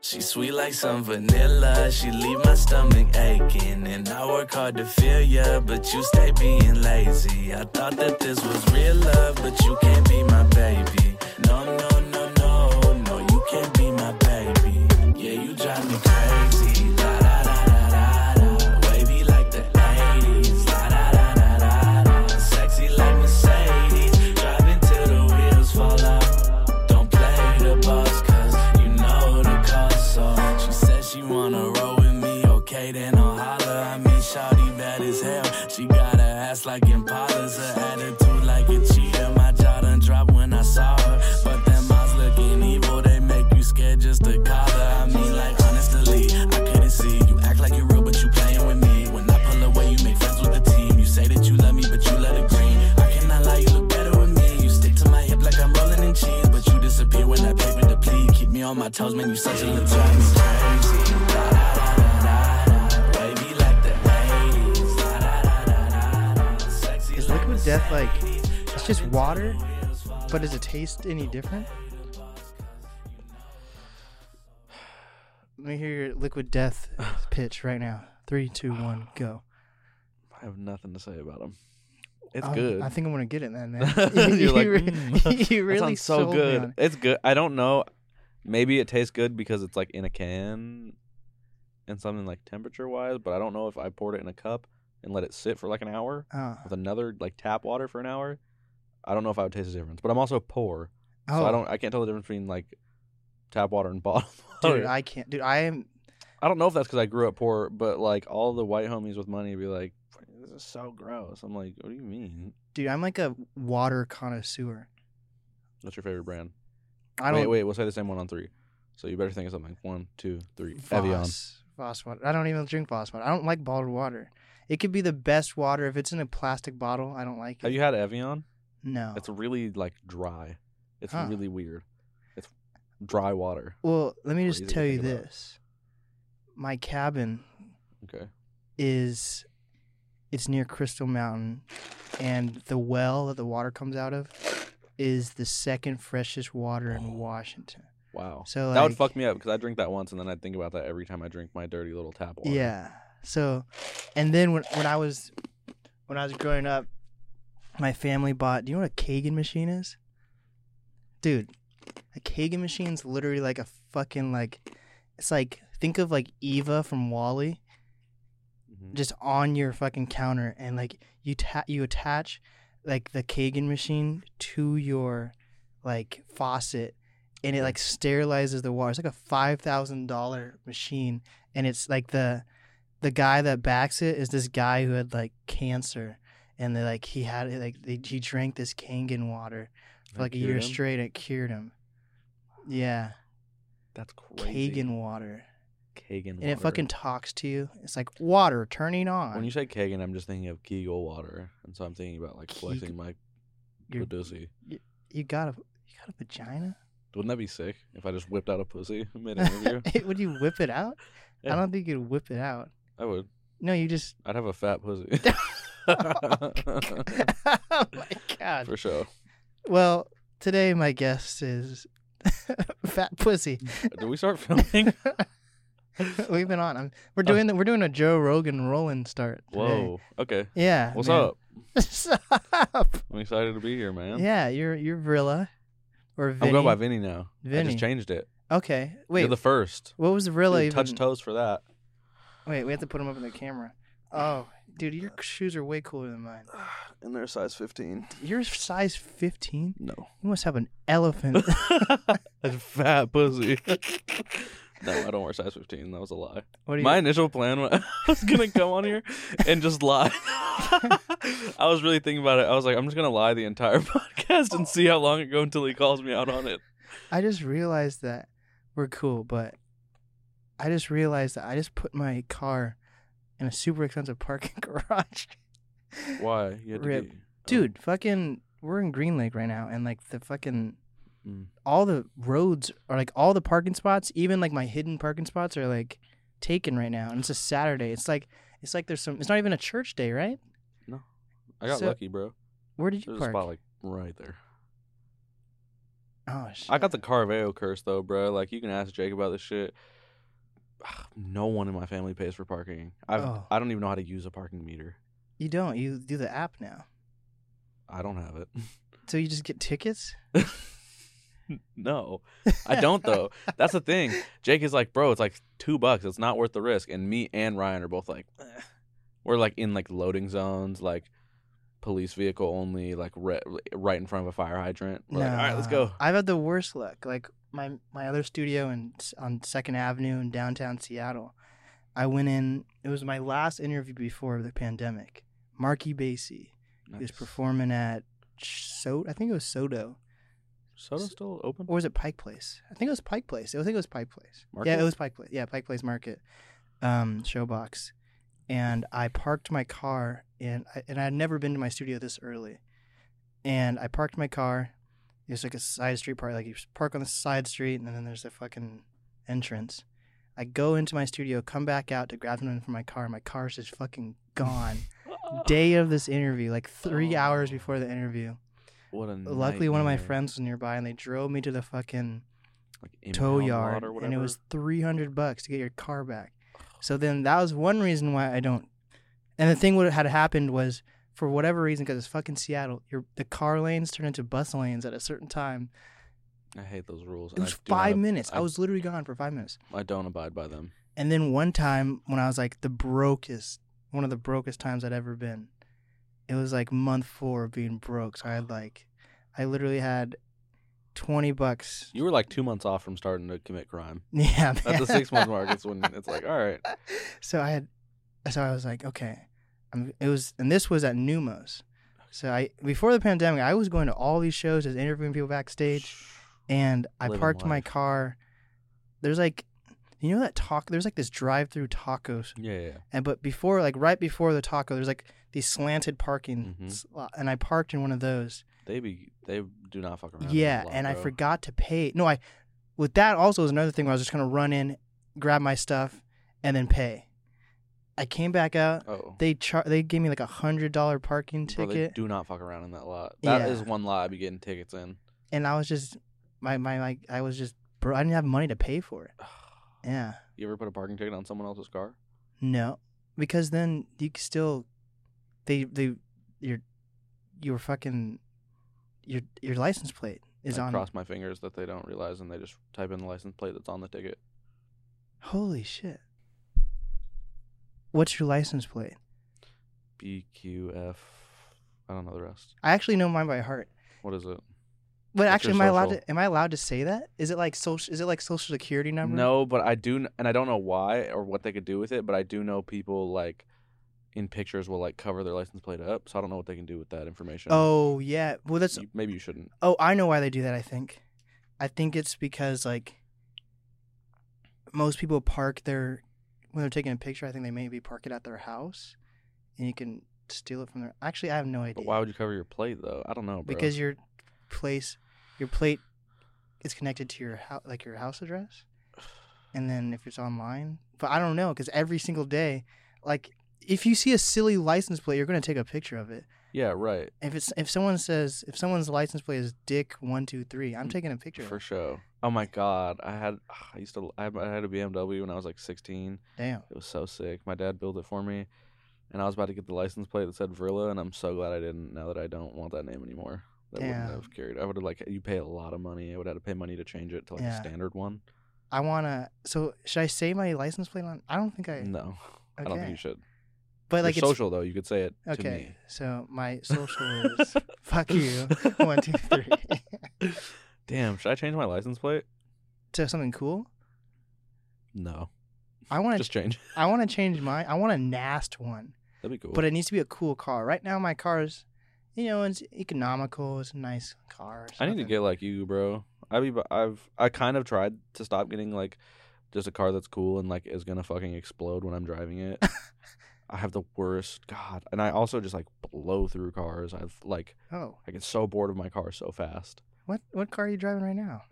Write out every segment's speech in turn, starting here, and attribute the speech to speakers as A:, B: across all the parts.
A: She sweet like some vanilla, she leave my stomach aching. And I work hard to feel ya, but you stay being lazy. I thought that this was real love, but you can't be my baby. No, no, no, no, no, you can't be my baby. Yeah, you drive me crazy. Da da da da da da. Wavy like the 80s. La da da da da da. Sexy like Mercedes. Driving till the wheels fall off. Don't play the boss, cause you know the cost. So she said she wanna roll with me. Okay, then I'll holler. I mean, Shawty bad as hell. She got her ass like Impala's. Her attitude like a cheater. My jaw done dropped when I saw her. But them eyes looking evil. They make you scared just to call her. I mean, like, honestly, I couldn't see. You act like you're real, but you playing with me. When I pull away, you make friends with the team. You say that you love me, but you let it green. I cannot lie, you look better with me. You stick to my hip like I'm rolling in cheese. But you disappear when I pay with the plea. Keep me on my toes, man, you such a little drive me crazy. Da, da, da, da, da, da. Wavy like the 80s. Da, da, da, da, da, da. Sexy
B: Is
A: like
B: liquid death like it's just water,
A: wheels fall
B: but does it taste any different? Let me hear your liquid death pitch right now. Three, two, one, go.
C: I have nothing to say about them. It's
B: Oh,
C: good.
B: I think I'm gonna get it then, man.
C: You're like,
B: re-
C: "Mm,
B: you really
C: that sounds so
B: sold me
C: good.
B: on it.
C: It's good. I don't know. Maybe it tastes good because it's like in a can and something like temperature wise, but I don't know if I poured it in a cup and let it sit for like an hour
B: Oh,
C: with another like tap water for an hour. I don't know if I would taste the difference, but I'm also poor,
B: oh
C: so I don't. I can't tell the difference between like tap water and bottled
B: dude,
C: water. I,
B: I can't. Dude, I am.
C: don't know if that's because I grew up poor, but like all the white homies with money be like, "This is so gross." I'm like, "What do you mean?"
B: Dude, I'm like a water connoisseur.
C: What's your favorite brand?
B: I don't.
C: Wait, wait. We'll say the same one on three. So you better think of something. One, two, three. Evian.
B: Voss, Voss water. I don't even drink Voss water. I don't like bottled water. It could be the best water if it's in a plastic bottle. I don't like it.
C: Have you had Evian?
B: no.
C: It's really like dry. It's
B: Oh. Huh.
C: really weird. It's dry water.
B: well, let me just
C: crazy to
B: tell you
C: think about.
B: this. My cabin
C: Okay.
B: is it's near Crystal Mountain, and the well that the water comes out of is the second freshest water
C: Oh,
B: in Washington.
C: Wow.
B: So
C: that would
B: like-
C: fuck me up because I drink that once and then I think about that every time I drink my dirty little tap water.
B: Yeah. So, and then when when I was when I was growing up, my family bought. Do you know what a Kagan machine is? Dude, a Kagan machine's literally like a fucking like. It's like think of like Eva from Wally,
C: Mhm.
B: just on your fucking counter, and like you ta- you attach like the Kagan machine to your like faucet, and it like sterilizes the water. It's like a five thousand dollar machine, and it's like the the guy that backs it is this guy who had like cancer, and they like he had it like they, he drank this Kangen water for
C: That
B: like a
C: cured
B: year
C: him?
B: straight. It cured him. Yeah,
C: That's crazy.
B: Kagan water,
C: Kagan.
B: and it fucking talks to you. It's like water turning on.
C: When you say Kagan, I'm just thinking of Kegel water, and so I'm thinking about like
B: Keg-
C: flexing my
B: Your-
C: pussy.
B: you got a you got a vagina?
C: Wouldn't that be sick if I just whipped out a pussy mid interview?
B: Would you whip it out?
C: Yeah.
B: I don't think you'd whip it out.
C: I would.
B: No, you just.
C: I'd have a fat pussy.
B: oh my god.
C: For sure.
B: Well, today my guest is Fat Pussy.
C: Did we start filming?
B: We've been on. I'm, we're doing the, we're doing a Joe Rogan rolling start. today.
C: Oh. Whoa. Okay.
B: Yeah.
C: What's
B: man.
C: up?
B: What's up?
C: I'm excited to be here, man.
B: Yeah, you're you're Vrilla, or Vinny.
C: I'm going by Vinny now. I
B: Vinny.
C: just changed it.
B: Okay. Wait.
C: You're the first.
B: what was Vrilla
C: Dude,
B: even?
C: touch toes for that.
B: Wait, we have to put him up in the camera. Oh, dude, your shoes are way cooler than mine.
C: And they're size 15.
B: You're size 15.
C: No.
B: You must have an elephant.
C: That's fat pussy. no, I don't wear size 15. That was a lie.
B: What do you?
C: My initial plan when I was going to come on here and just lie. I was really thinking about it. I was like, I'm just going to lie the entire podcast and see how long it goes until he calls me out on it.
B: I just realized that we're cool, but I just realized that I just put my car in a super expensive parking garage.
C: Why? You had to
B: Rip.
C: be- Oh,
B: Dude, fucking, we're in Green Lake right now, and like the fucking,
C: Mm.
B: all the roads are like all the parking spots, even like my hidden parking spots are like taken right now, and it's a Saturday. It's like it's like there's some. It's not even a church day, right?
C: I got
B: So-
C: lucky, bro.
B: Where did you
C: There's
B: park?
C: a spot like right there.
B: Oh shit.
C: I got the Carveo curse though, bro. Like you can ask Jake about this shit. Ugh, No one in my family pays for parking. I've,
B: Oh.
C: I don't even know how to use a parking meter.
B: You don't. You do the app now.
C: I don't have it.
B: So you just get tickets?
C: no, I don't though. That's the thing. Jake is like, bro, it's like two bucks. It's not worth the risk. And me and Ryan are both like, eh. we're like in like loading zones, like police vehicle only, like re- right in front of a fire hydrant. We're like, all right, let's
B: Nah.
C: go.
B: I've had the worst luck. Like my my other studio in on Second Avenue in downtown Seattle. I went in. It was my last interview before the pandemic. Marky Basie. He was
C: Nice.
B: performing at so I think it was Soto
C: Soda still open?
B: or was it Pike Place? I think it was Pike Place. I think it was Pike Place. Yeah,
C: Market?
B: it was Pike Place. Yeah, Pike Place Market, um, Showbox, and I parked my car and I, and I had never been to my studio this early, and I parked my car. It's like a side street park. Like you just park on the side street, and then there's a fucking entrance. I go into my studio, come back out to grab something from my car. and My car's just fucking gone. Day of this interview, like three
C: Oh.
B: hours before the interview.
C: What a
B: Luckily, one of my
C: nightmare.
B: friends was nearby, and they drove me to the fucking
C: like,
B: tow
C: impound lot
B: yard,
C: or
B: and it
C: whatever.
B: was three hundred bucks to get your car back. So then that was one reason why I don't. And the thing what had happened was, for whatever reason, because it's fucking Seattle, your the car lanes turn into bus lanes at a certain time.
C: I hate those rules.
B: It
C: and I
B: was
C: do not
B: five
C: ab-
B: minutes. I
C: I-
B: was literally gone for five minutes.
C: I don't abide by them.
B: And then one time when I was like the brokest, one of the brokest times I'd ever been. It was like month four of being broke. So I had like, I literally had twenty bucks.
C: You were like two months off from starting to commit crime.
B: Yeah,
C: At the
B: man.
C: six month mark, it's when it's like, all right,
B: so I had, so I was like, okay, I'm, it was, and this was at Numos. So I before the pandemic, I was going to all these shows, just interviewing people backstage, and I
C: Living
B: parked my
C: life.
B: car. There's like, you know that talk. There's like this drive-through tacos,
C: yeah, yeah, yeah.
B: and but before, like right before the taco, there's like these slanted parking,
C: Mhm.
B: slot, and I parked in one of those.
C: they be they do not fuck around.
B: Yeah,
C: a lot,
B: and I
C: bro.
B: forgot to pay. No, I with that also was another thing where I was just gonna run in, grab my stuff, and then pay. I came back out.
C: Oh,
B: They char- they gave me like a hundred dollar parking
C: bro, they
B: ticket,
C: do not fuck around in that lot. That is
B: Yeah.
C: one lot I be getting tickets in.
B: and I was just my my like I was just bro. I didn't have money to pay for it. Yeah,
C: You ever put a parking ticket on someone else's car?
B: no, because then you c- still they they your your fucking your your license plate is
C: I
B: on.
C: cross my fingers that they don't realize, and they just type in the license plate that's on the ticket.
B: Holy shit! What's your license plate?
C: BQF. I don't know the rest.
B: I actually know mine by heart.
C: What is it?
B: But
C: What's
B: actually, am
C: your
B: I allowed
C: social?
B: to? Am I allowed to say that? Is it like social? Is it like social security number?
C: No, but I do, kn- and I don't know why or what they could do with it, but I do know people like in pictures will like cover their license plate up, so I don't know what they can do with that information.
B: Oh yeah. Well, that's.
C: You- maybe you shouldn't.
B: Oh, I know why they do that. I think. I think it's because like. Most people park their, when they're taking a picture. I think they maybe park it at their house, and you can steal it from their. Actually, I have no idea.
C: But why would you cover your plate though? I don't know, bro.
B: because your place, your plate, is connected to your house, like your house address, and then if it's online, but I don't know because every single day, like if you see a silly license plate, you're gonna take a picture of it.
C: yeah, right.
B: If it's if someone says if someone's license plate is Dick one two three, I'm
C: Mm,
B: taking a picture. of
C: For
B: it.
C: sure. Oh my god, I had I used to I had I had a BMW when I was like 16.
B: Damn,
C: It was so sick. My dad built it for me, and I was about to get the license plate that said Vrilla, and I'm so glad I didn't. Now that I don't want that name anymore, that wouldn't
B: Damn.
C: have carried. I would have like you pay a lot of money. I would have had to pay money to change it to like
B: Yeah.
C: a standard one.
B: I wanna. So should I say my license plate on? I don't think I.
C: No, I don't think
B: Okay,
C: you should.
B: but
C: But
B: like
C: like
B: it's
C: social though, you could say it to
B: okay.
C: me.
B: So my social is fuck you one two three
C: Damn, should I change my license plate?
B: to something cool.
C: No,
B: I want to
C: just change.
B: I want to change mine. I want a nast one,
C: That'd be cool.
B: but it needs to be a cool car. Right now, my car is, you know, it's economical. It's a nice car. It's
C: I need to
B: nothing-
C: get like you, bro. I be, I've I kind of tried to stop getting like just a car that's cool and like is gonna fucking explode when I'm driving it. I have the worst God, and I also just like blow through cars. I've like
B: Oh,
C: I get so bored of my car so fast.
B: what what car are you driving right now?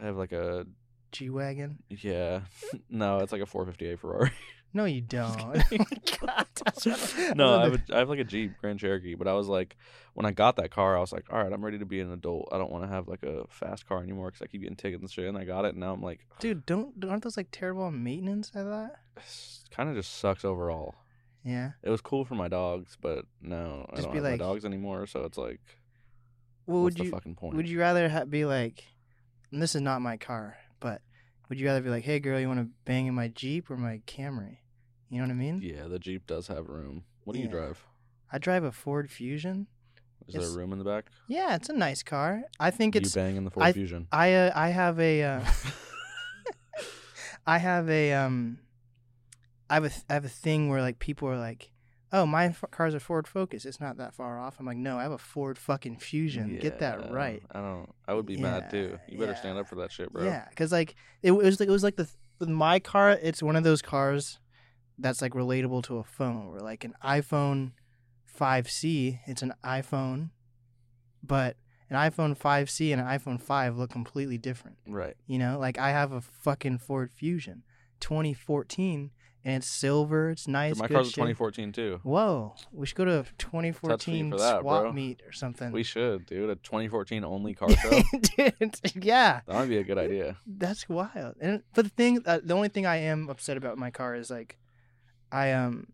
C: I have like a
B: G wagon.
C: yeah, no, it's like a 458 Ferrari.
B: No, you don't. God, that's what-
C: Oh No,
B: that's what
C: I,
B: the-
C: have a, I have like a Jeep Grand Cherokee, but I was like, when I got that car, I was like, all right, I'm ready to be an adult. I don't want to have like a fast car anymore because I keep getting tickets and shit. And I got it, and now I'm like,
B: dude. Don't aren't those like terrible on maintenance? I thought.
C: kind of just sucks overall.
B: Yeah.
C: It was cool for my dogs, but no, I
B: Just
C: don't
B: be
C: have
B: like-
C: my dogs anymore. So it's like,
B: What
C: what's
B: would
C: the
B: you
C: fucking point?
B: would you rather ha- be like? And this is not my car, but would you rather be like, hey girl, you want to bang in my Jeep or my Camry? You know what I mean?
C: yeah, the Jeep does have room. What do you
B: Yeah.
C: drive?
B: I drive a Ford Fusion.
C: Is there
B: It's-
C: room in the back?
B: Yeah, it's a nice car. I think
C: You
B: it's.
C: bang in the Ford
B: I-
C: Fusion.
B: I uh, I have a. Uh, I have a um, I have a th- I have a thing where like people are like, oh my f- car's a Ford Focus, it's not that far off. I'm like, no, I have a Ford fucking Fusion. Get
C: Yeah,
B: that right.
C: I don't. I would be mad too.
B: Yeah,
C: You better
B: yeah,
C: stand up for that shit, bro.
B: Yeah, because like it, was like it was like the th- my car. It's one of those cars that's like relatable to a phone. Where like an iPhone 5C, it's an iPhone, but an iPhone 5C and an iPhone 5 look completely different.
C: Right.
B: You know, like I have a fucking Ford Fusion, 2014, and it's silver. It's nice.
C: Dude, my
B: good
C: car's a
B: shape.
C: 2014 too.
B: Whoa, we should go to a 2014
C: for that,
B: swap
C: bro.
B: meet or something.
C: We should, dude. A 2014 only car show. that
B: Dude, yeah.
C: might be a good idea.
B: That's wild. And but the thing, uh, the only thing I am upset about my car is like, I um,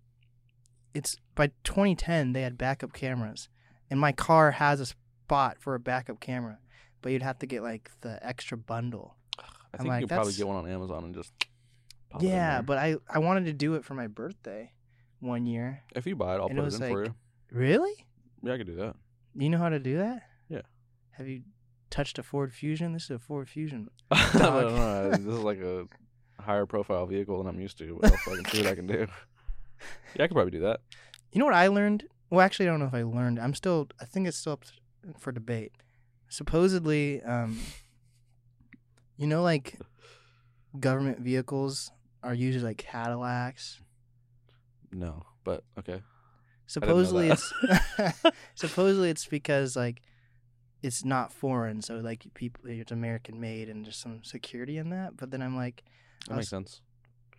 B: it's by 2010 they had backup cameras, and my car has a spot for a backup camera, but you'd have to get like the extra bundle.
C: I
B: I'm
C: think
B: like,
C: you could probably
B: that's-
C: get one on Amazon and just. Pop it
B: yeah,
C: in there.
B: but I I wanted to do it for my birthday, one year.
C: if you buy it, I'll
B: and it
C: put it
B: was
C: in for
B: like-
C: you.
B: Really?
C: Yeah, I could do that.
B: You know how to do that?
C: Yeah.
B: Have you touched a Ford Fusion? This is a Ford Fusion.
C: I
B: Dog.
C: don't know, This is like a higher profile vehicle than I'm used to. But I'll fucking see what I can do. Yeah, I could probably do that.
B: You know what I learned? Well, actually, I don't know if I learned. I'm still. I think it's still up for debate. Supposedly, um, you know, like government vehicles are usually like Cadillacs.
C: No, but okay. didn't know
B: Supposedly,
C: that.
B: it's supposedly it's because like it's not foreign, so like people it's American made and there's some security in that. But then I'm like,
C: That makes sense.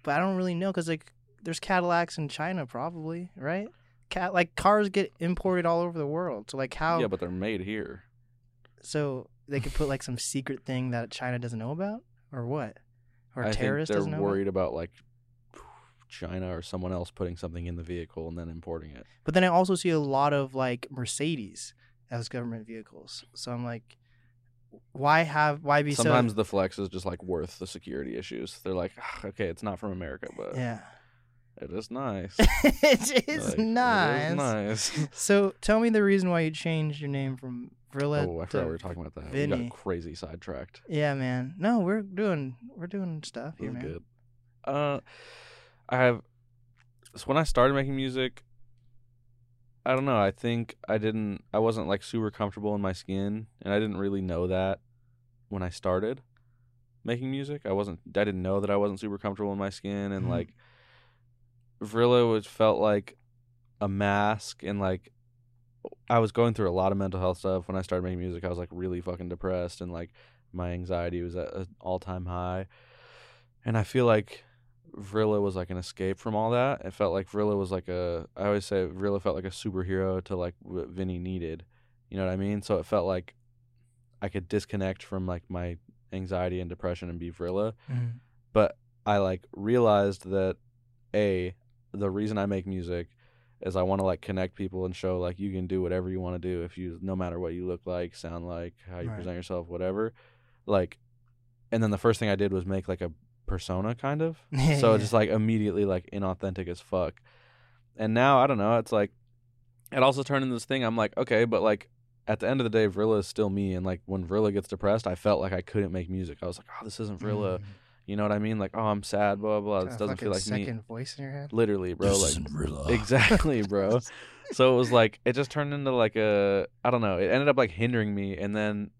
B: but I don't really know because like there's Cadillacs in China probably, right? Cat like cars get imported all over the world, so like how?
C: Yeah, but they're made here.
B: So they could put like some secret thing that China doesn't know about, or what? Or
C: I think
B: terrorist
C: they're
B: doesn't know. About?
C: worried about like China or someone else putting something in the vehicle and then importing it.
B: But then I also see a lot of like Mercedes as government vehicles. So I'm like, why have why be
C: Sometimes the flex is just like worth the security issues. They're like, "Ah, okay, it's not from America,
B: so?
C: but
B: Yeah,
C: it is nice.
B: it is
C: Like,
B: nice.
C: It is nice.
B: So tell me the reason why you changed your name from Vrilla.
C: oh, I
B: to...
C: forgot we were talking about that. We
B: Vinny.
C: got crazy sidetracked.
B: Yeah, man. No, we're doing we're doing stuff
C: It
B: here,
C: was
B: man.
C: good. Uh, I have. So when I started making music, I don't know. I think I didn't. I wasn't like super comfortable in my skin, and I didn't really know that when I started making music. I wasn't. I didn't know that I wasn't super comfortable in my skin, and
B: Mhm.
C: like Vrilla was felt like a mask, and like I was going through a lot of mental health stuff when I started making music. I was like really fucking depressed, and like my anxiety was at an all time high, and I feel like. Vrilla was like an escape from all that. It felt like Vrilla was like a. I always say Vrilla felt like a superhero to like what Vinny needed. You know what I mean? So it felt like I could disconnect from like my anxiety and depression and be Vrilla.
B: Mhm.
C: But I like realized that a the reason I make music is I want to like connect people and show like you can do whatever you want to do if you no matter what you look like, sound like, how you
B: Right.
C: present yourself, whatever. Like, and then the first thing I did was make like a persona kind of
B: Yeah,
C: so
B: yeah.
C: it's just like immediately like inauthentic as fuck and now i don't know it's like it also turned into this thing i'm like okay but like at the end of the day vrilla is still me and like when vrilla gets depressed i felt like i couldn't make music i was like oh this isn't vrilla
B: Mm.
C: you know what i mean like oh i'm sad blah blah, blah.
B: Got
C: this
B: a
C: doesn't feel
B: fucking
C: like me
B: second voice in your head.
C: literally bro like
A: Rilla.
C: exactly bro so it was like it just turned into like a I don't know. It ended up like hindering me, and then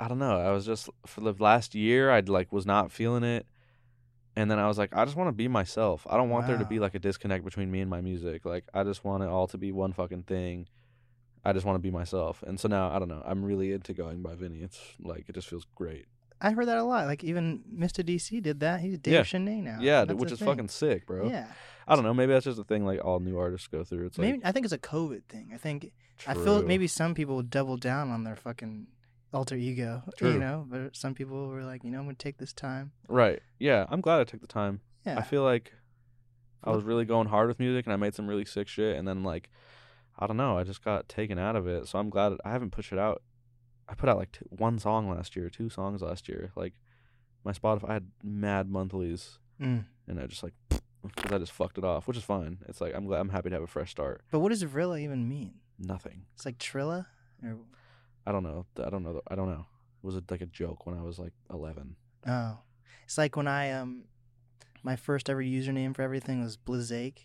C: I don't know. I was just for the last year I'd like was not feeling it, and then I was like, I just want to be myself. I don't want there to be
B: Wow.
C: like a disconnect between me and my music. Like I just want it all to be one fucking thing. I just want to be myself, and so now I don't know. I'm really into going by Vinny. It's like it just feels great.
B: I heard that a lot. Like even Mr. DC did that. He's Dave
C: Yeah.
B: Chanet now.
C: yeah,
B: That's
C: which
B: a
C: is
B: thing.
C: fucking sick, bro.
B: Yeah,
C: I don't know. Maybe that's just a thing like all new artists go through. It's like
B: maybe I think it's a COVID thing. I think I feel
C: true.
B: maybe some people double down on their fucking alter ego.
C: True.
B: You know, but some people were like, you know, I'm gonna take this time.
C: right. Yeah, I'm glad I took the time.
B: Yeah,
C: I feel like I
B: Look-
C: was really going hard with music and I made some really sick shit and then like I don't know, I just got taken out of it. So I'm glad I haven't pushed it out. I put out like t- one song last year, two songs last year. Like my Spotify I had mad monthlies
B: Mm.
C: and I just like cuz I just fucked it off, which is fine. It's like I'm glad I'm happy to have a fresh start.
B: But what does Vrilla even mean?
C: Nothing.
B: It's like Trilla, or
C: I don't know. I don't know. the- I don't know. It was like a joke when I was like 11.
B: oh, it's like when I um, my first ever username for everything was Blizzake.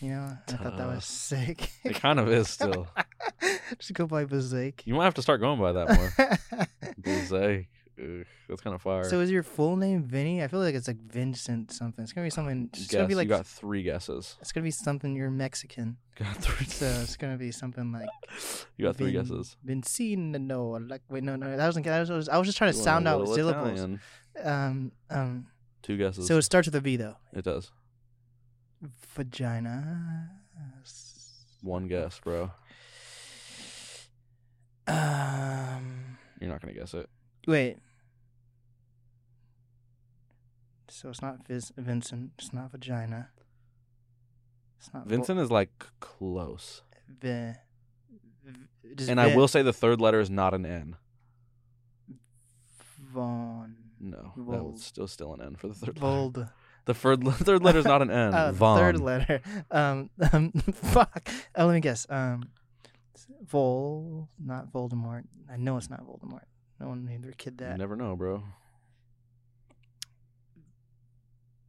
B: You know, I thought that
C: Tough.
B: was sick.
C: It kind of is still.
B: Just go by Blizzake.
C: You might have to start going by that more. Blizz. Ugh, that's kind of fire.
B: so is your full name Vinny? I feel like it's like Vincent something. It's gonna be something. It's
C: guess.
B: gonna be like
C: you got three guesses.
B: it's gonna be something. You're Mexican,
C: Got three.
B: so it's gonna be something like.
C: you got three
B: Vin-
C: guesses.
B: Vincino, like wait, no, no, that wasn't. That was, I was- I was just trying to
C: You want a
B: sound out
C: little
B: syllables.
C: Italian.
B: Um, um.
C: Two guesses.
B: So it starts with a V though.
C: it does.
B: Vagina.
C: One guess, bro.
B: Um.
C: You're not gonna guess it.
B: Wait. So it's not Viz- Vincent. It's not vagina. It's not vo-
C: Vincent is like c- close,
B: vi- v- just
C: and I
B: vi-
C: will say the third letter is not an N.
B: Vaughn.
C: No, that
B: Vold.
C: was still still an N for the third. letter.
B: Bold.
C: The third le- third letter is not an N.
B: Uh, the
C: Von.
B: Third letter. Um, um fuck. Oh, let me guess. Um, Vol, not Voldemort. I know it's not Voldemort. No one named their kid
C: You
B: that.
C: never know, bro.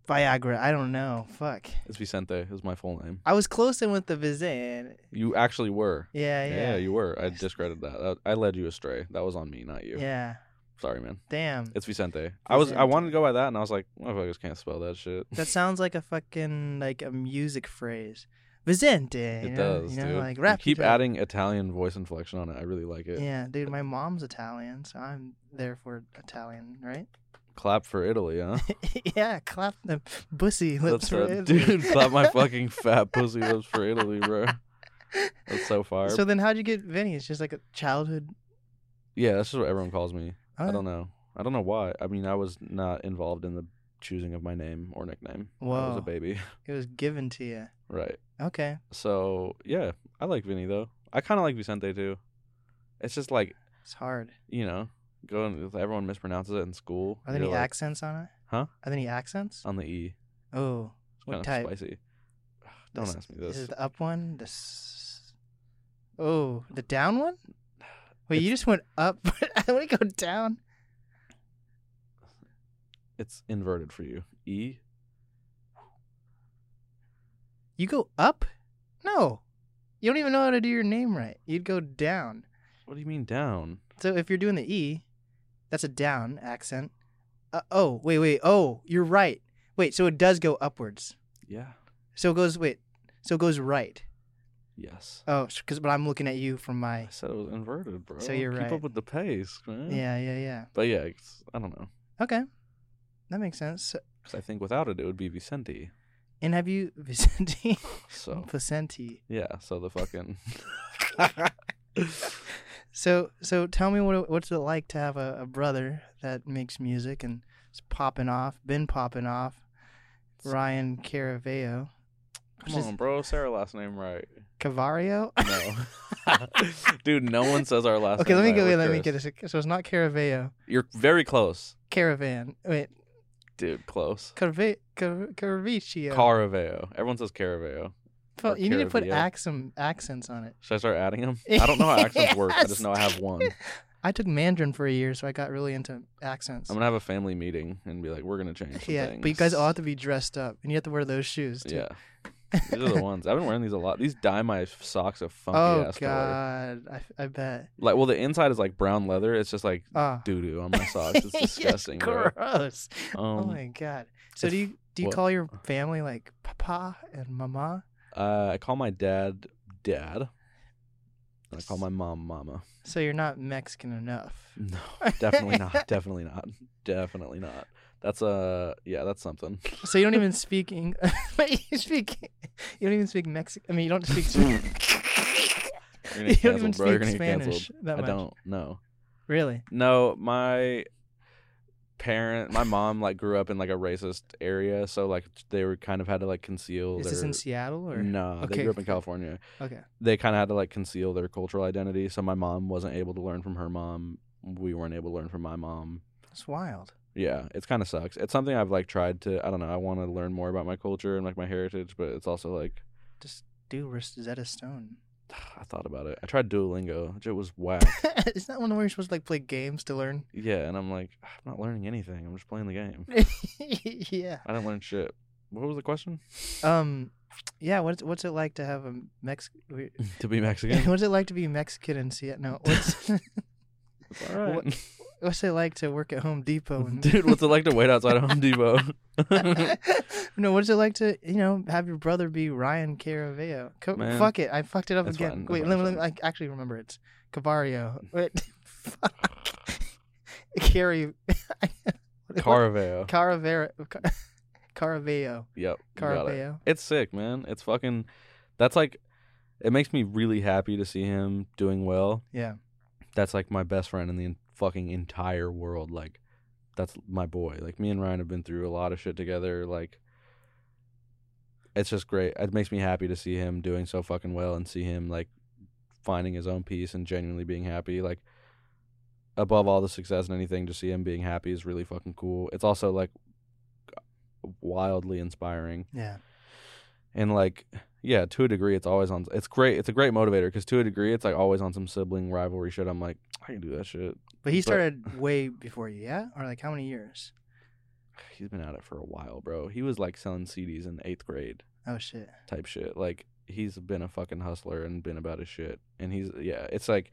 B: Viagra. I don't know. Fuck.
C: It's Vicente. Is my full name.
B: I was close in with the Vizan.
C: You actually were.
B: Yeah, yeah,
C: you were. I discredited that. That- I led you astray. That was on me, not you.
B: Yeah.
C: Sorry, man.
B: Damn.
C: It's Vicente. I was I
B: Vicente.
C: wanted to go by that, and I was like, motherfuckers can't spell that shit.
B: that sounds like a fucking like a music phrase. Vicente.
C: It
B: you know?
C: does,
B: You know,
C: dude.
B: like
C: You
B: rap.
C: keep
B: guitar.
C: adding Italian voice inflection on it. I really like it.
B: Yeah, dude. My mom's Italian, so I'm therefore Italian, right?
C: Clap for Italy, huh?
B: yeah. Clap the bussy lips
C: That's
B: for
C: a-
B: Italy.
C: Dude, clap my fucking fat pussy lips for Italy, bro. That's so far.
B: So then, how'd you get Vinny? It's just like a childhood. oh,
C: yeah, that's just what everyone calls me. I
B: Alright.
C: don't know. I don't know why. I mean, I was not involved in the choosing of my name or nickname. I was
B: Whoa.
C: a baby,
B: It was given to you.
C: right?
B: Okay.
C: So yeah, I like Vinny though. I kind of like Vicente too. It's just like
B: It's hard.
C: you know, going everyone mispronounces it in school.
B: Are there
C: You're
B: any
C: like,
B: accents on it?
C: Huh?
B: Are there any accents?
C: on the e?
B: oh,
C: It's
B: what
C: kind
B: type?
C: of spicy. Don't
B: This-
C: ask me
B: Is
C: this.
B: it the up one? The s- oh, the down one? Wait, you just went up, but I want to go down.
C: It's inverted for you. E.
B: You go up? No. You don't even know how to do your name right. You'd go down.
C: What do you mean down?
B: So if you're doing the E, that's a down accent. Uh, oh, wait, wait. Oh, you're right. Wait, so it does go upwards.
C: Yeah.
B: So it goes wait. So it goes right.
C: Yes.
B: Oh, because but I'm looking at you from
C: I
B: my.
C: said it was inverted, bro.
B: So you're
C: Keep
B: right.
C: up with the pace, man.
B: Yeah, yeah, yeah.
C: But yeah, it's, I don't know.
B: Okay, that makes sense.
C: Because I think without it, it would be Vicente.
B: And have you Vicente?
C: So
B: Vicente.
C: yeah. So the fucking.
B: So so tell me what it- what's it like to have a, a brother that makes music and is popping off, been popping off. Ryan Caraveo.
C: Come
B: Just-
C: on, bro. Say our last name right.
B: Cavario.
C: No. Dude, no one says our last
B: okay,
C: name
B: let me
C: right.
B: go.
C: We're
B: Let me get
C: cursed.
B: this. So it's not Caraveo.
C: You're very close.
B: Caravan. Wait,
C: Dude, close.
B: Carve Car- Caraviccio.
C: Caraveo. Everyone says Caraveo.
B: Fuck, you need to put
C: Caraveo.
B: accent, accents on it.
C: Should I start adding them? I don't know how accents work. I just know I have one. I'm
B: I took Mandarin for a year, so I got really into accents.
C: gonna have a family meeting and be like, we're gonna change. Some
B: yeah,
C: things.
B: but you guys all have to be dressed up, and you have to wear those shoes too.
C: Yeah, these are the ones I've been wearing these a lot. These dye my socks a funky
B: oh
C: ass color.
B: God, I, I bet.
C: Like, well, the inside is like brown leather. It's just like
B: Ah,
C: doo doo on my socks. It's
B: Yes,
C: disgusting. bro.
B: gross. oh
C: Um,
B: my God. So
C: if-
B: do you do you
C: what?
B: call your family like Papa and Mama?
C: uh, I call my dad Dad. I call my mom mama.
B: So you're not Mexican enough.
C: No, definitely not. Definitely not. Definitely not. That's uh yeah, that's something.
B: So you don't even speak. Eng- you speak. You don't even speak Mexican. I mean, you don't speak.
C: You're gonna
B: you
C: get
B: don't even
C: canceled, bro.
B: speak
C: You're gonna get
B: Spanish
C: canceled.
B: that
C: I
B: much.
C: don't know.
B: Really?
C: No, my parent, my mom like grew up in like a racist area, so like they were kind of had to like conceal
B: Is
C: their
B: this in Seattle or?
C: No,
B: Okay.
C: they grew up in California.
B: Okay.
C: They kind of had to like conceal their cultural identity, so my mom wasn't able to learn from her mom. We weren't able to learn from my mom.
B: That's wild.
C: Yeah, it's kind of sucks. It's something I've like tried to. I don't know. I want to learn more about my culture and like my heritage, but it's also like
B: Just do Rosetta Stone.
C: I thought about it. I tried Duolingo. It was whack.
B: Is that one where you're supposed to like play games to learn?
C: yeah, and I'm like, I'm not learning anything. I'm just playing the game.
B: yeah.
C: I didn't learn shit. What was the question?
B: Um. Yeah. What's what's it like to have a Mexican?
C: to be Mexican.
B: What's it like to be Mexican in Seattle? No. What's
C: It's all right.
B: what's it like to work at Home Depot? And-
C: Dude, what's it like to wait outside of Home Depot?
B: no, what's it like to you know have your brother be Ryan Caraveo? Co-
C: Man,
B: fuck it, I fucked it up
C: that's
B: again.
C: fine, that's
B: Wait,
C: fine,
B: let me,
C: that's
B: let me- I actually remember it. Cavario. Wait, fuck. Carry.
C: Caraveo.
B: Caravero. Ca- Caraveo.
C: Yep. you got it.
B: Caraveo.
C: It's sick, man. It's fucking. That's like. It makes me really happy to see him doing well.
B: Yeah.
C: that's like my best friend in the en- fucking entire world. Like, that's my boy. Like, me and Ryan have been through a lot of shit together. Like, it's just great. It makes me happy to see him doing so fucking well and see him like finding his own peace and genuinely being happy. Like, above all the success and anything, to see him being happy is really fucking cool. It's also like wildly inspiring
B: Yeah.
C: and like yeah to a degree it's always on it's great it's a great motivator because to a degree it's like always on some sibling rivalry shit i'm like i can do that shit
B: But he
C: But-
B: started way before you, yeah? Or like how many years?
C: he's been at it for a while bro he was like selling cds in eighth grade
B: Oh shit.
C: type shit like he's been a fucking hustler and been about his shit and he's yeah it's like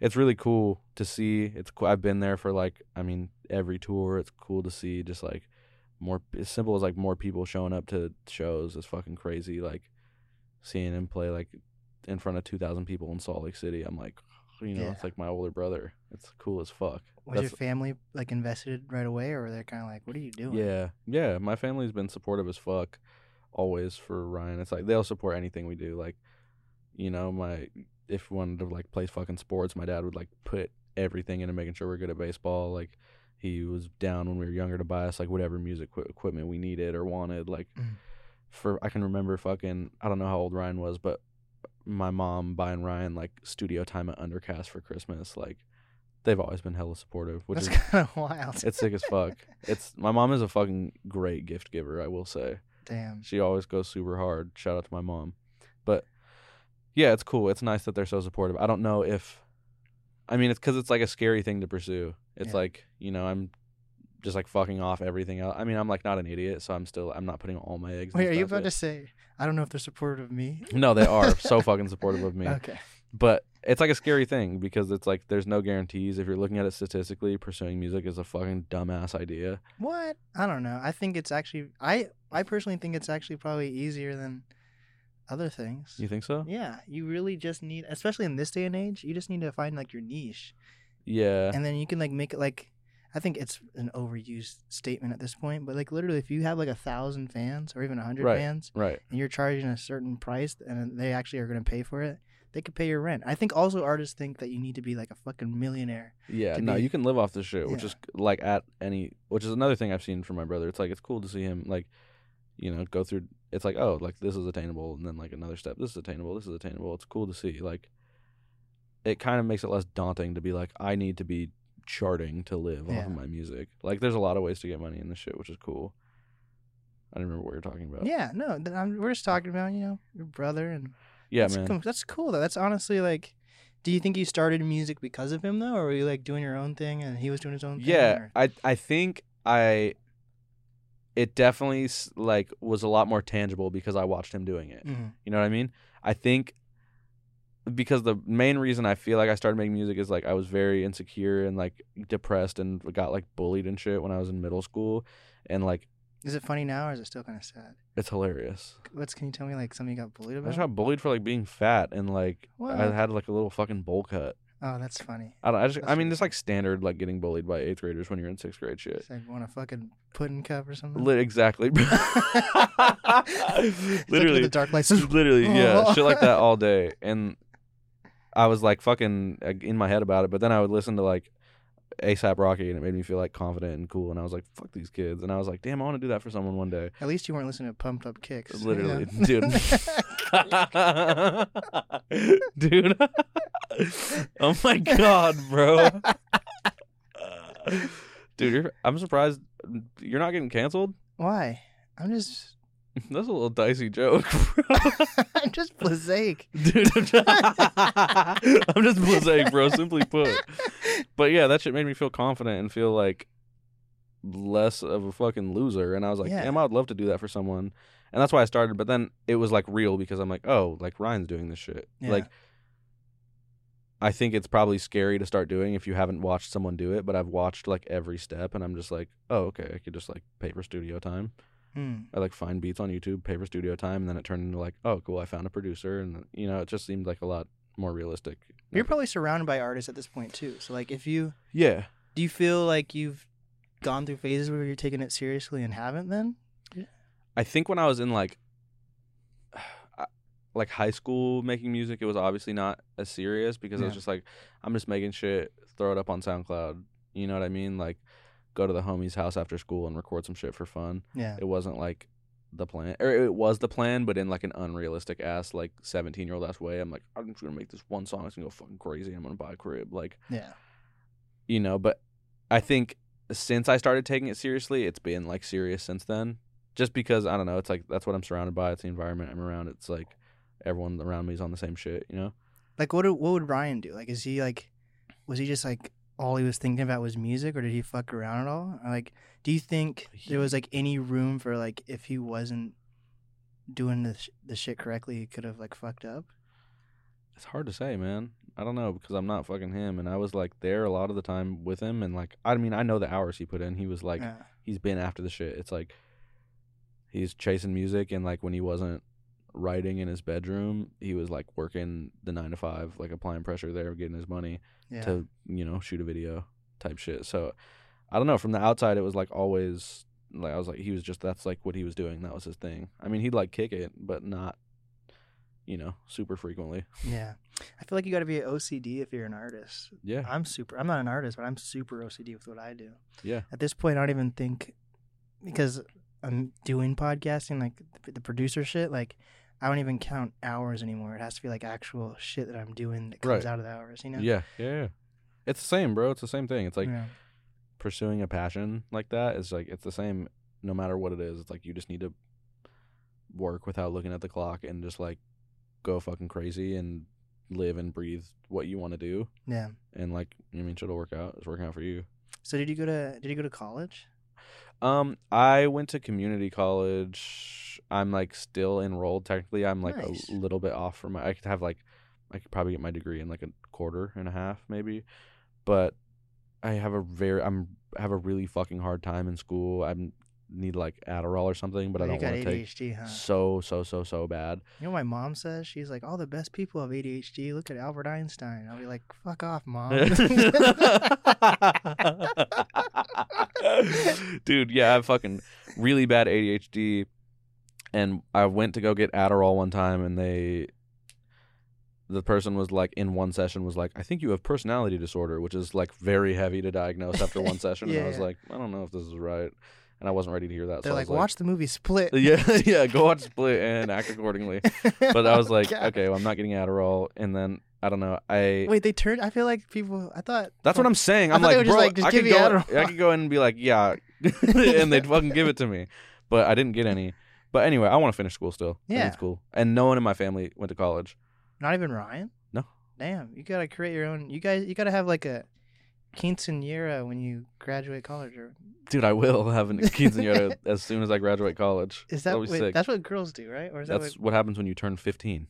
C: it's really cool to see it's cool i've been there for like i mean every tour it's cool to see just like more as simple as like more people showing up to shows is fucking crazy like seeing him play like in front of 2000 people in salt lake city i'm like you know
B: Yeah.
C: it's like my older brother it's cool as fuck
B: Was your
C: That's-
B: family like invested right away or were they kinda like, What are you doing?
C: yeah, yeah. My family's been supportive as fuck, always for Ryan. It's like they'll support anything we do. Like, you know, my if we wanted to like play fucking sports, my dad would like put everything into making sure we're good at baseball. Like, he was down when we were younger to buy us like whatever music equi- equipment we needed or wanted. Like,
B: Mm.
C: for I can remember fucking I don't know how old Ryan was, but my mom buying Ryan like studio time at Undercast for Christmas. Like, they've always been hella supportive, which
B: That's
C: is
B: kinda wild.
C: it's sick as fuck. It's my mom is a fucking great gift giver, I will say.
B: Damn.
C: She always goes super hard. Shout out to my mom. But yeah, it's cool. It's nice that they're so supportive. I don't know if I mean it's cuz it's like a scary thing to pursue. It's
B: Yeah.
C: like, you know, I'm just like fucking off everything else. I mean, I'm like not an idiot, so I'm still I'm not putting all my eggs in
B: Wait,
C: this
B: are you
C: basket.
B: about to say I don't know if they're supportive of me?
C: No, they are so fucking supportive of me
B: Okay.
C: but it's like a scary thing because it's like there's no guarantees. If you're looking at it statistically, pursuing music is a fucking dumbass idea.
B: What? I don't know. I think it's actually I I personally think it's actually probably easier than other things.
C: You think so?
B: yeah, you really just need especially in this day and age, you just need to find like your niche.
C: Yeah.
B: and then you can like make it like I think it's an overused statement at this point, but like literally, if you have like a thousand fans or even a hundred
C: Right.
B: fans,
C: Right.
B: and you're charging a certain price, and they actually are going to pay for it, they could pay your rent. I think also artists think that you need to be like a fucking millionaire.
C: Yeah.
B: to
C: No,
B: be-
C: you can live off this shit, which
B: Yeah.
C: is like at any, which is another thing I've seen from my brother. It's like it's cool to see him like, you know, go through. It's like oh, like this is attainable, and then like another step. This is attainable. This is attainable. It's cool to see. Like, it kind of makes it less daunting to be like I need to be charting to live
B: Yeah.
C: off of my music. Like, there's a lot of ways to get money in this shit, which is cool. I don't remember what you're talking about.
B: Yeah, no, th- I'm, we're just talking about you know your brother and
C: Yeah,
B: that's,
C: man.
B: com- that's cool though. That's honestly like. Do you think you started music because of him though, or were you like doing your own thing and he was doing his own thing?
C: yeah
B: or-
C: i i think i it definitely s- like was a lot more tangible because i watched him doing it
B: Mhm.
C: you know what i mean i think because the main reason i feel like i started making music is like i was very insecure and like depressed and got like bullied and shit when i was in middle school and like
B: Is it funny now or is it still kind of sad?
C: It's hilarious.
B: What's can you tell me like something you got bullied
C: I just
B: about?
C: got bullied for like being fat and like I
B: What?
C: had like a little fucking bowl cut.
B: Oh, that's funny.
C: I don't. I just. I
B: That's
C: mean,
B: what-
C: it's like standard like getting bullied by eighth graders when you're in sixth grade shit.
B: It's like want a fucking pudding cup or something.
C: Lit exactly. bro.
B: It's like
C: literally.
B: the dark lights.
C: literally yeah
B: Oh.
C: shit like that all day and i was like fucking like, in my head about it but then i would listen to like asap rocky and it made me feel like confident and cool and i was like fuck these kids and i was like damn i want to do that for someone one day
B: At least you weren't listening to pumped up kicks. you
C: literally
B: know?
C: dude dude oh my god bro dude you're, i'm surprised you're not getting canceled
B: Why? I'm just,
C: that's a little dicey joke bro.
B: I'm just blazaic.
C: Dude, I'm just, I'm just mosaic, bro. Simply put, but yeah, that shit made me feel confident and feel like less of a fucking loser. And I was like,
B: Yeah.
C: damn, I would love to do that for someone. And that's why I started. But then it was like real because I'm like, oh, like Ryan's doing this shit.
B: Yeah.
C: Like, I think it's probably scary to start doing if you haven't watched someone do it. But I've watched like every step, and I'm just like, oh, okay, I could just like pay for studio time.
B: Hmm.
C: I like find beats on YouTube, pay for studio time, and then it turned into like, oh, cool, I found a producer, and you know, it just seemed like a lot more realistic.
B: You're probably surrounded by artists at this point too. So like, if you
C: yeah,
B: do, you feel like you've gone through phases where you're taking it seriously and haven't then?
C: I think when I was in like, I- like high school making music, it was obviously not as serious because I was
B: Yeah.
C: just like, I'm just making shit, throw it up on SoundCloud. You know what I mean? Like, go to the homie's house after school and record some shit for fun.
B: Yeah.
C: It wasn't like the plan, or it was the plan, but in like an unrealistic ass, like 17 year old ass way. I'm like, I'm just gonna make this one song. It's gonna go fucking crazy. I'm gonna buy a crib. Like,
B: Yeah.
C: you know but i think since i started taking it seriously it's been like serious since then just because i don't know it's like that's what i'm surrounded by it's the environment i'm around it's like everyone around me is on the same shit you know
B: Like, what do, what would Ryan do? Like, is he like, was he just like all he was thinking about was music, or did he fuck around at all? Or, like, do you think there was like any room for like if he wasn't doing the sh- the shit correctly, he could have like fucked up?
C: it's hard to say man i don't know because i'm not fucking him and i was like there a lot of the time with him and like i mean i know the hours he put in he was like
B: Yeah.
C: he's been after the shit it's like he's chasing music and like when he wasn't writing in his bedroom he was like working the nine to five like applying pressure there getting his money
B: yeah.
C: to you know shoot a video type shit. So I don't know. From the outside, it was like always like I was like he was just that's like what he was doing. That was his thing. I mean, he'd like kick it, but not you know super frequently.
B: Yeah. I feel like you got to be OCD if you're an artist.
C: Yeah,
B: I'm super, I'm not an artist, but I'm super OCD with what I do.
C: yeah,
B: At this point, I don't even think, because I'm doing podcasting, like the, the producer shit, like I don't even count hours anymore. It has to be like actual shit that I'm doing that comes
C: Right.
B: out of the hours, you know?
C: yeah, yeah. yeah. It's the same, bro. It's the same thing. It's like
B: Yeah.
C: pursuing a passion like that is like it's the same no matter what it is. It's like you just need to work without looking at the clock and just like go fucking crazy and live and breathe what you want to do.
B: yeah.
C: and like I mean, it'll work out. It's working out for you.
B: So did you go to, did you go to college?
C: Um, I went to community college. I'm like still enrolled technically. I'm like
B: Nice.
C: a little bit off from my. I could have like, I could probably get my degree in like a quarter and a half maybe, but I have a very I'm I have a really fucking hard time in school. I need like Adderall or something, but I
B: Oh, you
C: don't
B: got
C: want to take
B: ADHD, huh?
C: so so so so bad.
B: You know what my mom says? She's like, all the best people have ADHD. Look at Albert Einstein. I'll be like, fuck off,
C: Um,
B: mom.
C: Dude, yeah, I have fucking really bad ADHD. And I went to go get Adderall one time, and they, the person was like, in one session, was like, I think you have personality disorder, which is like very heavy to diagnose after one session. And I was
B: Yeah.
C: like, I don't know if this is right. And I wasn't ready to hear that.
B: They're
C: so
B: like,
C: I was
B: watch the movie Split.
C: yeah, yeah, go watch Split and act accordingly. But
B: Oh
C: I was like, okay, well, I'm not getting Adderall. And then, I don't know. I
B: Wait, they turned. I feel like people. I thought
C: that's what I'm saying.
B: I
C: I'm
B: thought they
C: like,
B: were just
C: bro,
B: like, just
C: I,
B: give
C: could
B: me
C: go,
B: Adderall.
C: I could go in and be like, yeah, and they'd fucking give it to me. But I didn't get any. But anyway, I want to finish school still. I think
B: Yeah.
C: It's cool. And no one in my family went to college.
B: Not even Ryan.
C: No.
B: Damn, you gotta create your own. You guys, you gotta have like a quinceanera when you graduate college. Or
C: Dude, I will have an quinceanera as soon as I graduate college.
B: is that
C: That'll be
B: what,
C: sick.
B: that's what oh. girls do, right? Or is
C: That's what happens when you turn 15.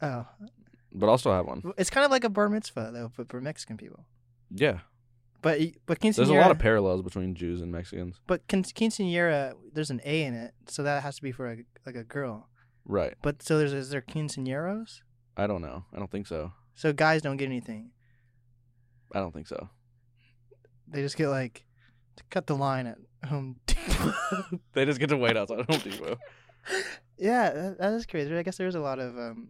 B: that what?
C: But I'll still have one.
B: Oh, it's kind of like a bar mitzvah though, but for Mexican people.
C: Yeah.
B: But but quinceanera.
C: There's a lot of parallels between Jews and Mexicans.
B: but quin- quinceanera, there's an A in it, so that has to be for a, like a girl.
C: Right.
B: But so there's is there quinceañeros?
C: I don't know. I don't think so.
B: So guys don't get anything.
C: I don't think so.
B: They just get like to cut the line at Home Depot.
C: They just get to wait outside Home Depot.
B: yeah, that, that is crazy. I guess there's a lot of. Um,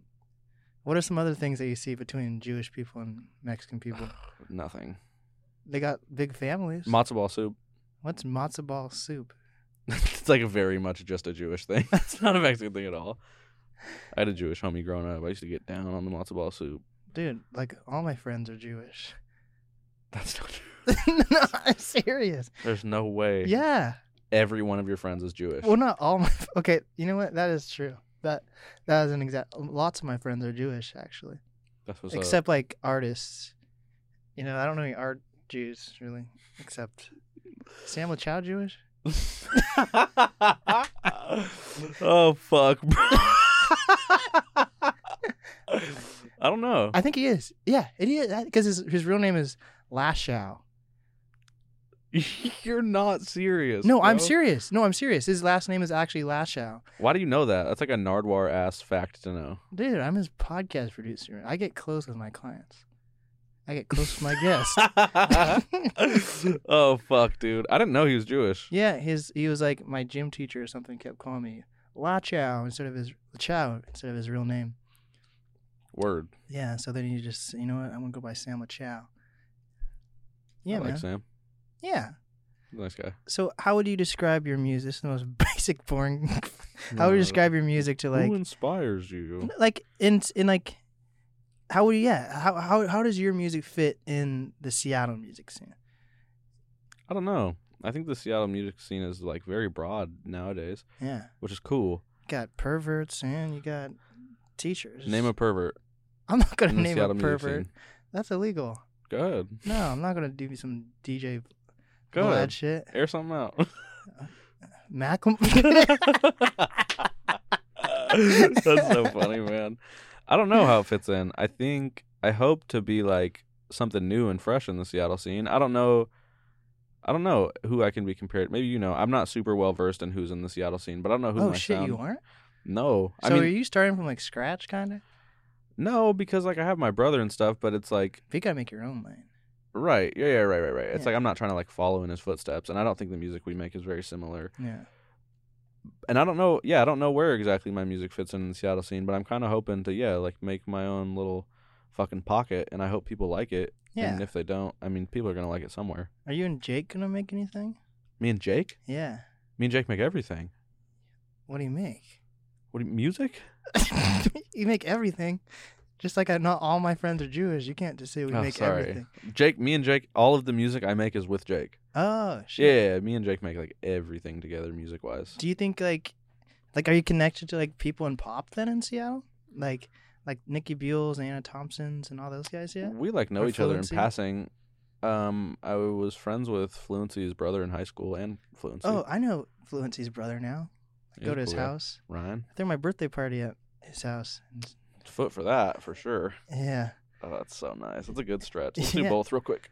B: what are some other things that you see between Jewish people and Mexican people?
C: Nothing.
B: they got big families.
C: Matzo ball soup.
B: What's matzo ball soup?
C: it's like very much just a Jewish thing. it's not a Mexican thing at all. I had a Jewish homie growing up. I used to get down on the matzo ball soup.
B: Dude, like all my friends are Jewish.
C: That's not true.
B: no, I'm serious.
C: There's no way.
B: Yeah.
C: Every one of your friends is Jewish.
B: Well, not all my. Okay, you know what? That is true. That that is an exact. Lots of my friends are Jewish, actually,
C: That's what's up.
B: except like artists. You know, I don't know any art Jews really, except Sam Chow Jewish.
C: oh fuck, bro. I don't know.
B: I think he is. Yeah, it is because his his real name is Lashow.
C: You're not serious.
B: No, I'm
C: bro.
B: serious. No, I'm serious. His last name is actually Lashow.
C: Why do you know that? That's like a Nardwar ass fact to know.
B: Dude, I'm his podcast producer. I get close with my clients. I get close with my guests.
C: Uh-huh. oh fuck, dude. I didn't know he was Jewish.
B: Yeah, his he was like my gym teacher or something kept calling me La Chow instead of his Chow instead of his real name.
C: Word.
B: Yeah, so then you just you know what I'm gonna go by Sam La Chow. Yeah,
C: I
B: man.
C: like Sam.
B: Yeah.
C: Nice guy.
B: So how would you describe your music? This is the most basic, boring. how would you describe your music to like
C: Who inspires you?
B: like in in like how would you yeah how how how does your music fit in the Seattle music scene?
C: I don't know. I think the Seattle music scene is like very broad nowadays,
B: Yeah,
C: which is cool.
B: you got perverts and you got teachers.
C: Name a pervert.
B: I'm not gonna
C: in the
B: name
C: Seattle
B: a
C: music
B: pervert.
C: scene.
B: That's illegal.
C: Go ahead.
B: No, I'm not gonna do some DJ
C: Go
B: Vlad
C: ahead.
B: shit.
C: Air something out.
B: Malcolm.
C: That's so funny, man. I don't know how it fits in. I think I hope to be like something new and fresh in the Seattle scene. I don't know. I don't know who I can be compared. Maybe you know. I'm not super well versed in who's in the Seattle scene, but I don't know who.
B: oh
C: my
B: shit,
C: sound-
B: you aren't.
C: No,
B: So
C: I mean
B: are you starting from like scratch, kind of?
C: no, because like I have my brother and stuff, but it's like
B: You gotta make your own lane.
C: right, yeah, yeah, right, right, right. It's
B: Yeah.
C: like I'm not trying to like follow in his footsteps, and I don't think the music we make is very similar.
B: Yeah.
C: and I don't know, yeah, I don't know where exactly my music fits in the Seattle scene, but I'm kind of hoping to, yeah, like make my own little fucking pocket, and I hope people like it.
B: Yeah.
C: And if they don't, I mean, people are gonna like it somewhere.
B: Are you and Jake gonna make anything?
C: Me and Jake,
B: Yeah.
C: me and Jake make everything.
B: What do you make?
C: What do you, music?
B: you make everything. Just like I, not all my friends are Jewish. You can't just say we
C: Oh,
B: make
C: sorry.
B: everything.
C: Jake, me and Jake, all of the music I make is with Jake.
B: Oh
C: Yeah,
B: shit.
C: yeah, yeah, me and Jake make like everything together, music wise.
B: Do you think like, like, are you connected to like people in pop then in Seattle? Like, like Nikki Buell's, Anna Thompson's, and all those guys yet?
C: We like know
B: Or
C: each other in
B: Fluency?
C: passing. Um, I was friends with Fluency's brother in high school and Fluency.
B: Oh, I know Fluency's brother now.
C: He's
B: Go to his
C: cool guy.
B: house.
C: Ryan,
B: I threw my birthday party at his house.
C: foot for that for sure.
B: Yeah.
C: Oh, that's so nice. That's a good stretch. Let's do
B: Yeah.
C: both real quick.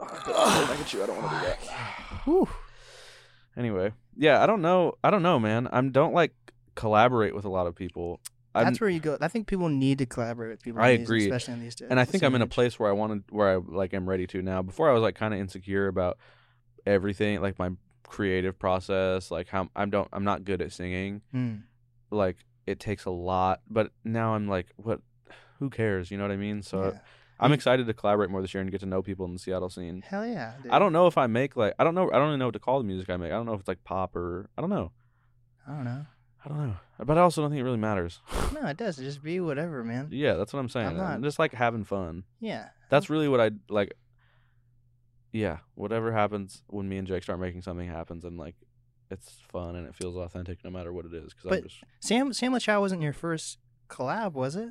C: Oh, I get you. I don't want to do that.
B: Whew.
C: Anyway, yeah, I don't know. I don't know, man. I don't like collaborate with a lot of people. I'm,
B: That's where you go. I think people need to collaborate with people.
C: I
B: in these-
C: agree.
B: especially in these days.
C: and I think I'm in a
B: Teenage.
C: place where I wanted, where I like am ready to now. Before I was like kind of insecure about everything, like my creative process, like how I'm don't I'm not good at singing.
B: Hmm.
C: Like it takes a lot, but now I'm like, what? Who cares? You know what I mean? So
B: Yeah.
C: I'm excited to collaborate more this year and get to know people in the Seattle scene.
B: Hell yeah. dude.
C: I don't know if I make like I don't know I don't even know what to call the music I make. I don't know if it's like pop or I don't know.
B: I don't know.
C: I don't know. But I also don't think it really matters.
B: No, it does. Just be whatever, man.
C: yeah, that's what I'm saying.
B: I'm
C: I'm,
B: not-
C: just like having fun.
B: Yeah.
C: That's really what I like Yeah, whatever happens when me and Jake start making something happens and like it's fun and it feels authentic no matter what it is cuz I'm
B: But-
C: just
B: Sam Sam Lachow wasn't your first collab, was it?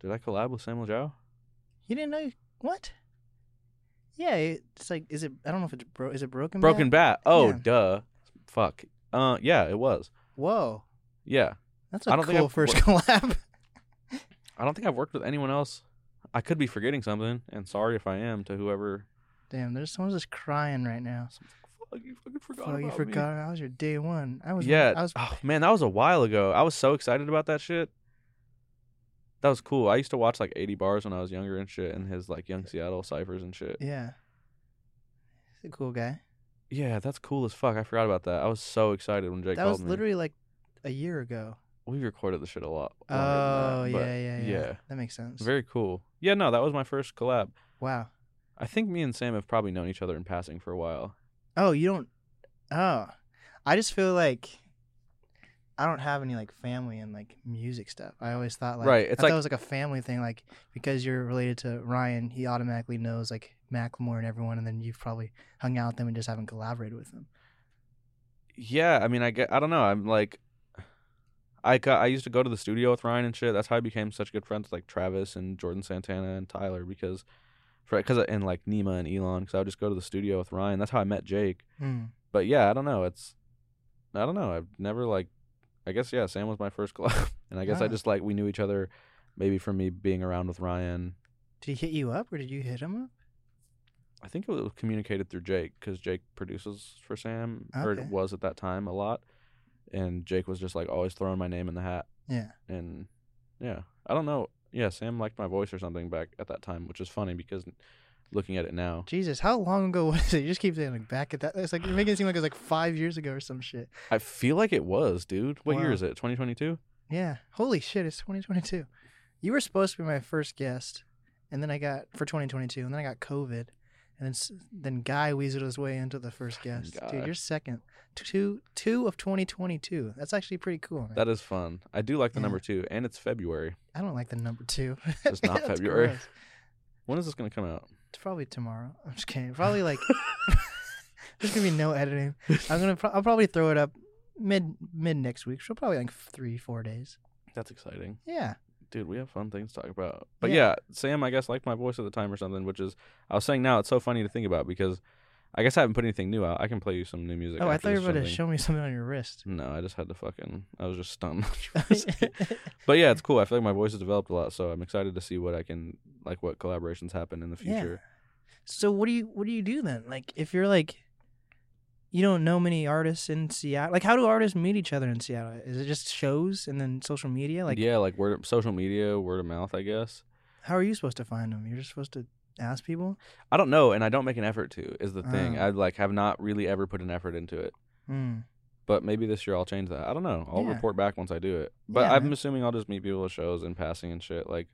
C: Did I collab with Samuel Jow?
B: You didn't know you, what? Yeah, it's like is it? I don't know if it's bro. Is it broken? Bat?
C: Broken Bat. Oh,
B: Yeah.
C: duh. Fuck. Uh yeah, it was.
B: Whoa,
C: Yeah.
B: that's a
C: I don't think
B: cool
C: I've-
B: first collab.
C: I don't think I've worked with anyone else. I could be forgetting something, and sorry if I am to whoever.
B: Damn, there's someone's just crying right now.
C: Fuck, you fucking forgot.
B: Fuck, you
C: about me.
B: forgot I was your day one. I was
C: yeah.
B: I was
C: oh man, that was a while ago. I was so excited about that shit. That was cool. I used to watch like 80 bars when I was younger and shit, and his like Young Seattle ciphers and shit.
B: yeah. He's a cool guy.
C: Yeah, that's cool as fuck. I forgot about that. I was so excited when Jake
B: that
C: called
B: was
C: me.
B: literally like a year ago.
C: we recorded the shit a lot. longer
B: Oh
C: than
B: yeah,
C: that, but
B: yeah, yeah,
C: yeah.
B: That makes sense.
C: Very cool. Yeah, no, that was my first collab.
B: wow.
C: I think me and Sam have probably known each other in passing for a while.
B: Oh, you don't. Oh, I just feel like I don't have any like family and like music stuff. I always thought like
C: Right,
B: I
C: it's
B: thought
C: like-
B: it was like a family thing. Like because you're related to Ryan, he automatically knows like Macklemore and everyone, and then you've probably hung out with them and just haven't collaborated with them.
C: Yeah, I mean, I get, I don't know. I'm like, I got, I used to go to the studio with Ryan and shit. That's how I became such good friends with like Travis and Jordan Santana and Tyler because, for because and like Nima and Elon because I would just go to the studio with Ryan. That's how I met Jake.
B: Mm.
C: But yeah, I don't know. It's, I don't know. I've never like, I guess yeah. Sam was my first collab, and I guess I
B: Ah.
C: just like we knew each other, maybe from me being around with Ryan.
B: Did he hit you up or did you hit him up?
C: I think it was communicated through Jake because Jake produces for Sam, or it
B: Okay.
C: was at that time a lot. And Jake was just like always throwing my name in the hat.
B: Yeah.
C: And yeah, I don't know. Yeah, Sam liked my voice or something back at that time, which is funny because looking at it now,
B: Jesus, how long ago was it? You just keep saying like back at that. It's like you're making it seem like it was like five years ago or some shit.
C: I feel like it was, dude. What year
B: Wow.
C: is it? 2022?
B: Yeah. Holy shit, it's 2022. You were supposed to be my first guest, and then I got for 2022, and then I got COVID, and then s- then Guy weaseled his way into the first guest.
C: God.
B: Dude, you're second. Two two of 2022. That's actually pretty cool. Man.
C: That is fun. I do like the
B: Yeah.
C: number two, and it's February.
B: I don't like the number two.
C: It's not
B: That's
C: February.
B: gross.
C: When is this going to come out?
B: It's probably tomorrow. I'm just kidding. Probably like there's gonna be no editing. I'm gonna pro- I'll probably throw it up mid mid next week. So probably like three four days.
C: That's exciting.
B: Yeah.
C: dude, we have fun things to talk about. But yeah.
B: Yeah.
C: Sam, I guess liked my voice at the time or something, which is I was saying now it's so funny to think about because I guess I haven't put anything new out. I can play you some new music.
B: Oh, I
C: after
B: thought you
C: this
B: were about to
C: something.
B: show me something on your wrist.
C: No, I just had to fucking. I was just stunned. but yeah, it's cool. I feel like my voice has developed a lot, so I'm excited to see what I can like, what collaborations happen in the
B: Yeah.
C: future.
B: So what do you what do you do then? Like if you're like you don't know many artists in Seattle. Like how do artists meet each other in Seattle? Is it just shows and then social media? Like
C: yeah, like word, social media, word of mouth, I guess.
B: how are you supposed to find them? You're just supposed to ask people?
C: I don't know, and I don't make an effort to. Is the thing
B: Ah.
C: I like have not really ever put an effort into it.
B: Hmm.
C: But maybe this year I'll change that. I don't know. I'll
B: Yeah.
C: report back once I do it. But
B: Yeah,
C: I'm
B: man.
C: assuming I'll just meet people at shows and passing and shit. Like,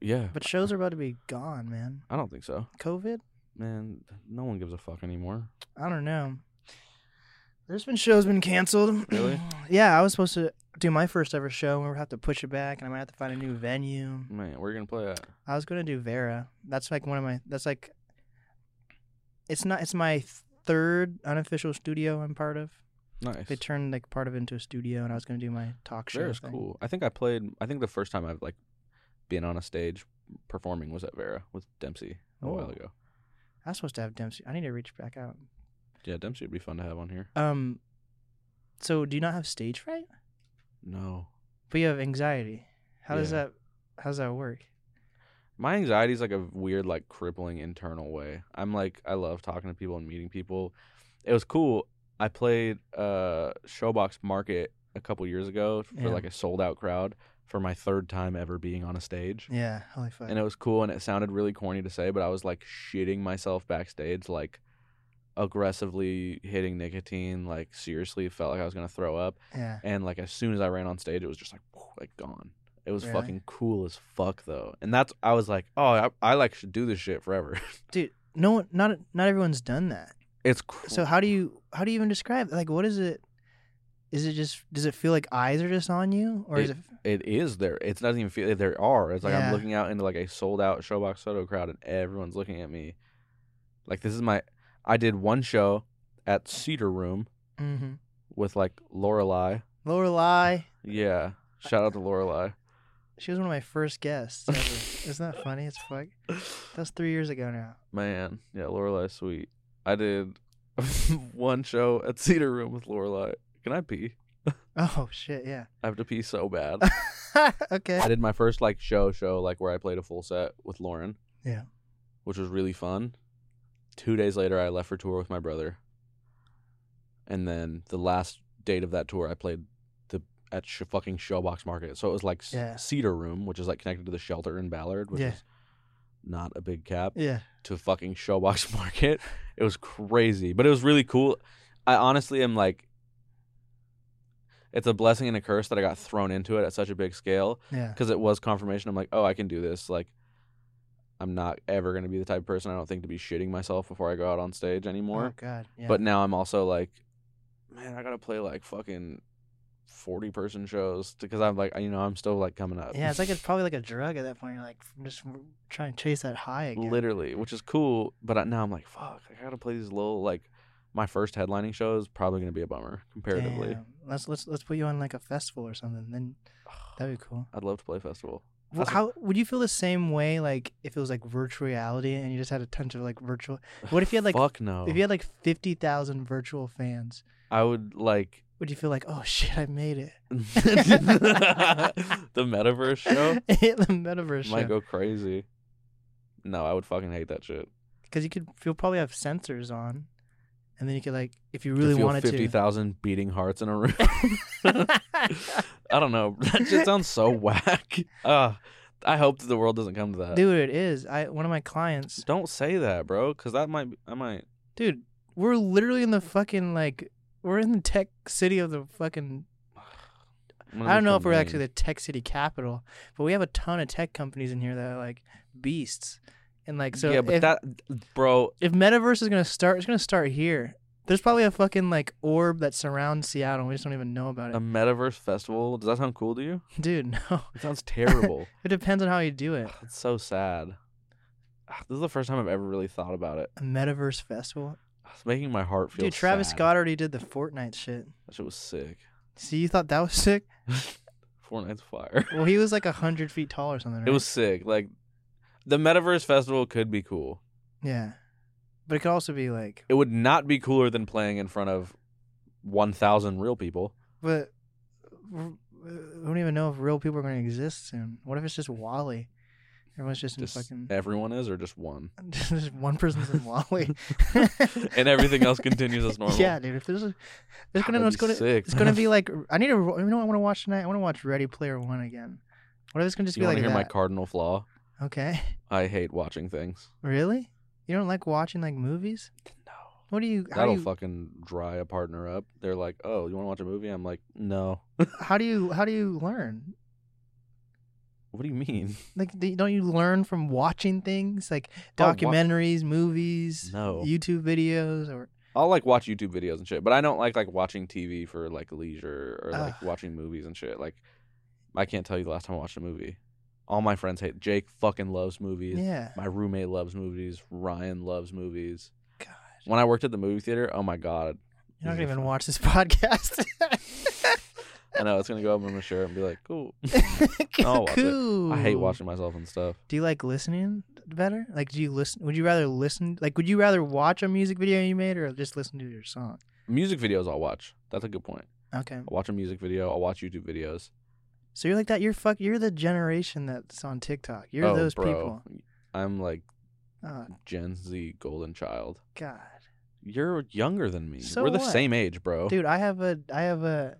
C: yeah.
B: But shows are about to be gone, man.
C: I don't think so,
B: COVID?
C: man. No one gives a fuck anymore.
B: I don't know. There's been shows been canceled.
C: Really?
B: yeah, I was supposed to do my first ever show and we are gonna have to push it back and I might have to find a new venue.
C: Man, where you gonna play at?
B: I was gonna do Vera. That's like one of my. That's like. It's not. It's my third unofficial studio I'm part of.
C: Nice.
B: They turned like part of it into a studio, and I was gonna do my talk show.
C: Vera's
B: thing.
C: cool. I think I played. I think the first time I've like been on a stage performing was at Vera with Dempsey a while
B: Oh.
C: ago.
B: I was supposed to have Dempsey. I need to reach back out.
C: Yeah, Dempsey would be fun to have on here.
B: Um. So do you not have stage fright?
C: No,
B: But you have anxiety. How does
C: Yeah.
B: that? How does that work?
C: my anxiety is like a weird like crippling internal way i'm like i love talking to people and meeting people it was cool i played uh showbox market a couple years ago for
B: Yeah.
C: like a sold out crowd for my third time ever being on a stage
B: Yeah. Holy fuck.
C: and it was cool and it sounded really corny to say but i was like shitting myself backstage like aggressively hitting nicotine like seriously felt like i was gonna throw up
B: yeah.
C: and like as soon as I ran on stage, it was just like like gone. It was
B: Really?
C: fucking cool as fuck though, and that's I was like, oh, I, I like should do this shit forever.
B: Dude, no one. Not not everyone's done that.
C: it's cr-
B: So how do you how do you even describe like what is it? Is it just does it feel like eyes are just on you or is it
C: it is there. It doesn't even feel there are. It's like I'm
B: Yeah.
C: looking out into like a sold out Showbox Soto crowd, and everyone's looking at me. Like this is my. I did one show at Cedar Room
B: Mm-hmm.
C: with like Lorelai.
B: Lorelai.
C: Yeah, shout out to Lorelai.
B: She was one of my first guests. ever. Isn't that funny as fuck? That's three years ago now.
C: Man, yeah, Lorelai's sweet. I did one show at Cedar Room with Lorelai. Can I pee?
B: Oh shit, yeah.
C: I have to pee so bad.
B: okay.
C: I did my first like show show like where I played a full set with Lauren.
B: Yeah.
C: Which was really fun. Two days later, I left for tour with my brother. And then the last date of that tour, I played the at sh- fucking Showbox Market. So it was like s-
B: Yeah.
C: Cedar Room, which is like connected to the shelter in Ballard, which
B: Yeah.
C: is not a big cap
B: Yeah.
C: to fucking Showbox Market. It was crazy, but it was really cool. I honestly am like, it's a blessing and a curse that I got thrown into it at such a big scale
B: Yeah.
C: because it was confirmation. I'm like, oh, I can do this. Like, I'm not ever gonna be the type of person I don't think to be shitting myself before I go out on stage anymore.
B: oh God. Yeah.
C: But now I'm also like, man, I gotta play like fucking forty person shows because I'm like, you know, I'm still like coming up.
B: yeah, it's like it's probably like a drug at that point. You're like I'm just trying to chase that high again.
C: literally, which is cool. But I, now I'm like, fuck, I gotta play these little like. My first headlining show is probably gonna be a bummer comparatively.
B: Damn. Let's let's let's put you on like a festival or something. Then that'd be cool.
C: I'd love to play festival.
B: Well,
C: That's a-
B: how would you feel the same way like if it was like virtual reality and you just had a ton of like virtual? What if you had like
C: fuck no?
B: if you had like fifty thousand virtual fans?
C: I would like
B: Would you feel like oh shit I made it?
C: the metaverse show.
B: the metaverse
C: might
B: show
C: go crazy. No, I would fucking hate that shit.
B: because you could you'll probably have sensors on, and then you could like if you
C: To
B: really
C: feel
B: wanted
C: fifty
B: to.
C: thousand beating hearts in a room.
B: Dude,
C: I don't know. That shit sounds so whack. Uh, I hope that the world doesn't come to that.
B: it is. I one of my clients.
C: Don't say that, bro, because that might. I might.
B: Dude, we're literally in the fucking like we're in the tech city of the fucking
C: I'm gonna
B: I don't
C: be
B: know
C: so
B: if we're
C: mean.
B: actually the tech city capital, but we have a ton of tech companies in here that are like beasts. And like so
C: yeah, but
B: if,
C: that, bro.
B: if metaverse is gonna start, it's gonna start here. There's probably a fucking like orb that surrounds Seattle. and We just don't even know about it,
C: A metaverse festival. Does that sound cool to you?
B: dude. No,
C: It sounds terrible.
B: it depends on how you do it.
C: That's so sad. Ah, This is the first time I've ever really thought about it.
B: A metaverse festival,
C: It's making my heart feel.
B: dude. Travis
C: sad.
B: Scott already did the Fortnite shit.
C: That shit was sick.
B: See, you thought that was sick?
C: Fortnite's fire.
B: Well, he was like a hundred feet tall or something. Right?
C: It was sick. Like the Metaverse Festival could be cool.
B: yeah, but it could also be like,
C: It would not be cooler than playing in front of 1,000 real people.
B: but we don't even know if real people are gonna exist soon. What if it's just Wally? Everyone's just in
C: Just
B: fucking.
C: everyone is or just one.
B: just one person's in Wally,
C: And everything else continues as normal.
B: Yeah, dude. If there's a, there's
C: God,
B: gonna,
C: that'd
B: it's
C: be
B: gonna,
C: sick.
B: it's gonna be like I need to. You know, what I want to watch tonight. I want to watch Ready Player One again. What if it's gonna just
C: you
B: be
C: want
B: like
C: to hear
B: that?
C: my cardinal flaw?
B: okay,
C: I hate watching things.
B: really? You don't like watching like movies?
C: No.
B: What do you? How do
C: That'll
B: you,
C: fucking dry a partner up. They're like, "Oh, you want to watch a movie?" I'm like, "No."
B: how do you? How do you learn?
C: What do you mean?
B: Like, do- don't you learn from watching things like
C: Oh, wa-
B: documentaries, movies,
C: No.
B: YouTube videos, or
C: I'll like watch YouTube videos and shit, but I don't like like watching TV for like leisure or like
B: Ugh.
C: watching movies and shit. Like, I can't tell you the last time I watched a movie. All my friends hate. Jake fucking loves movies.
B: yeah,
C: My roommate loves movies. Ryan loves movies.
B: God.
C: When I worked at the movie theater, oh my god,
B: you're not gonna
C: these are
B: even
C: fun.
B: watch this podcast.
C: I know it's gonna go up in my shirt and be like, cool. I'll watch it. I hate
B: Cuckoo.
C: watching myself and stuff.
B: Do you like listening better? Like, do you listen? Would you rather listen? Like, would you rather watch a music video you made or just listen to your song?
C: Music videos, I'll watch. That's a good point.
B: Okay,
C: I'll watch a music video. I'll watch YouTube videos.
B: so you're like that. You're fuck. You're the generation that's on TikTok. You're
C: Oh,
B: those
C: bro.
B: people.
C: I'm like
B: Oh
C: Gen Z golden child.
B: God,
C: You're younger than me.
B: So
C: We're the
B: what?
C: same age, bro.
B: dude, I have a, I have a,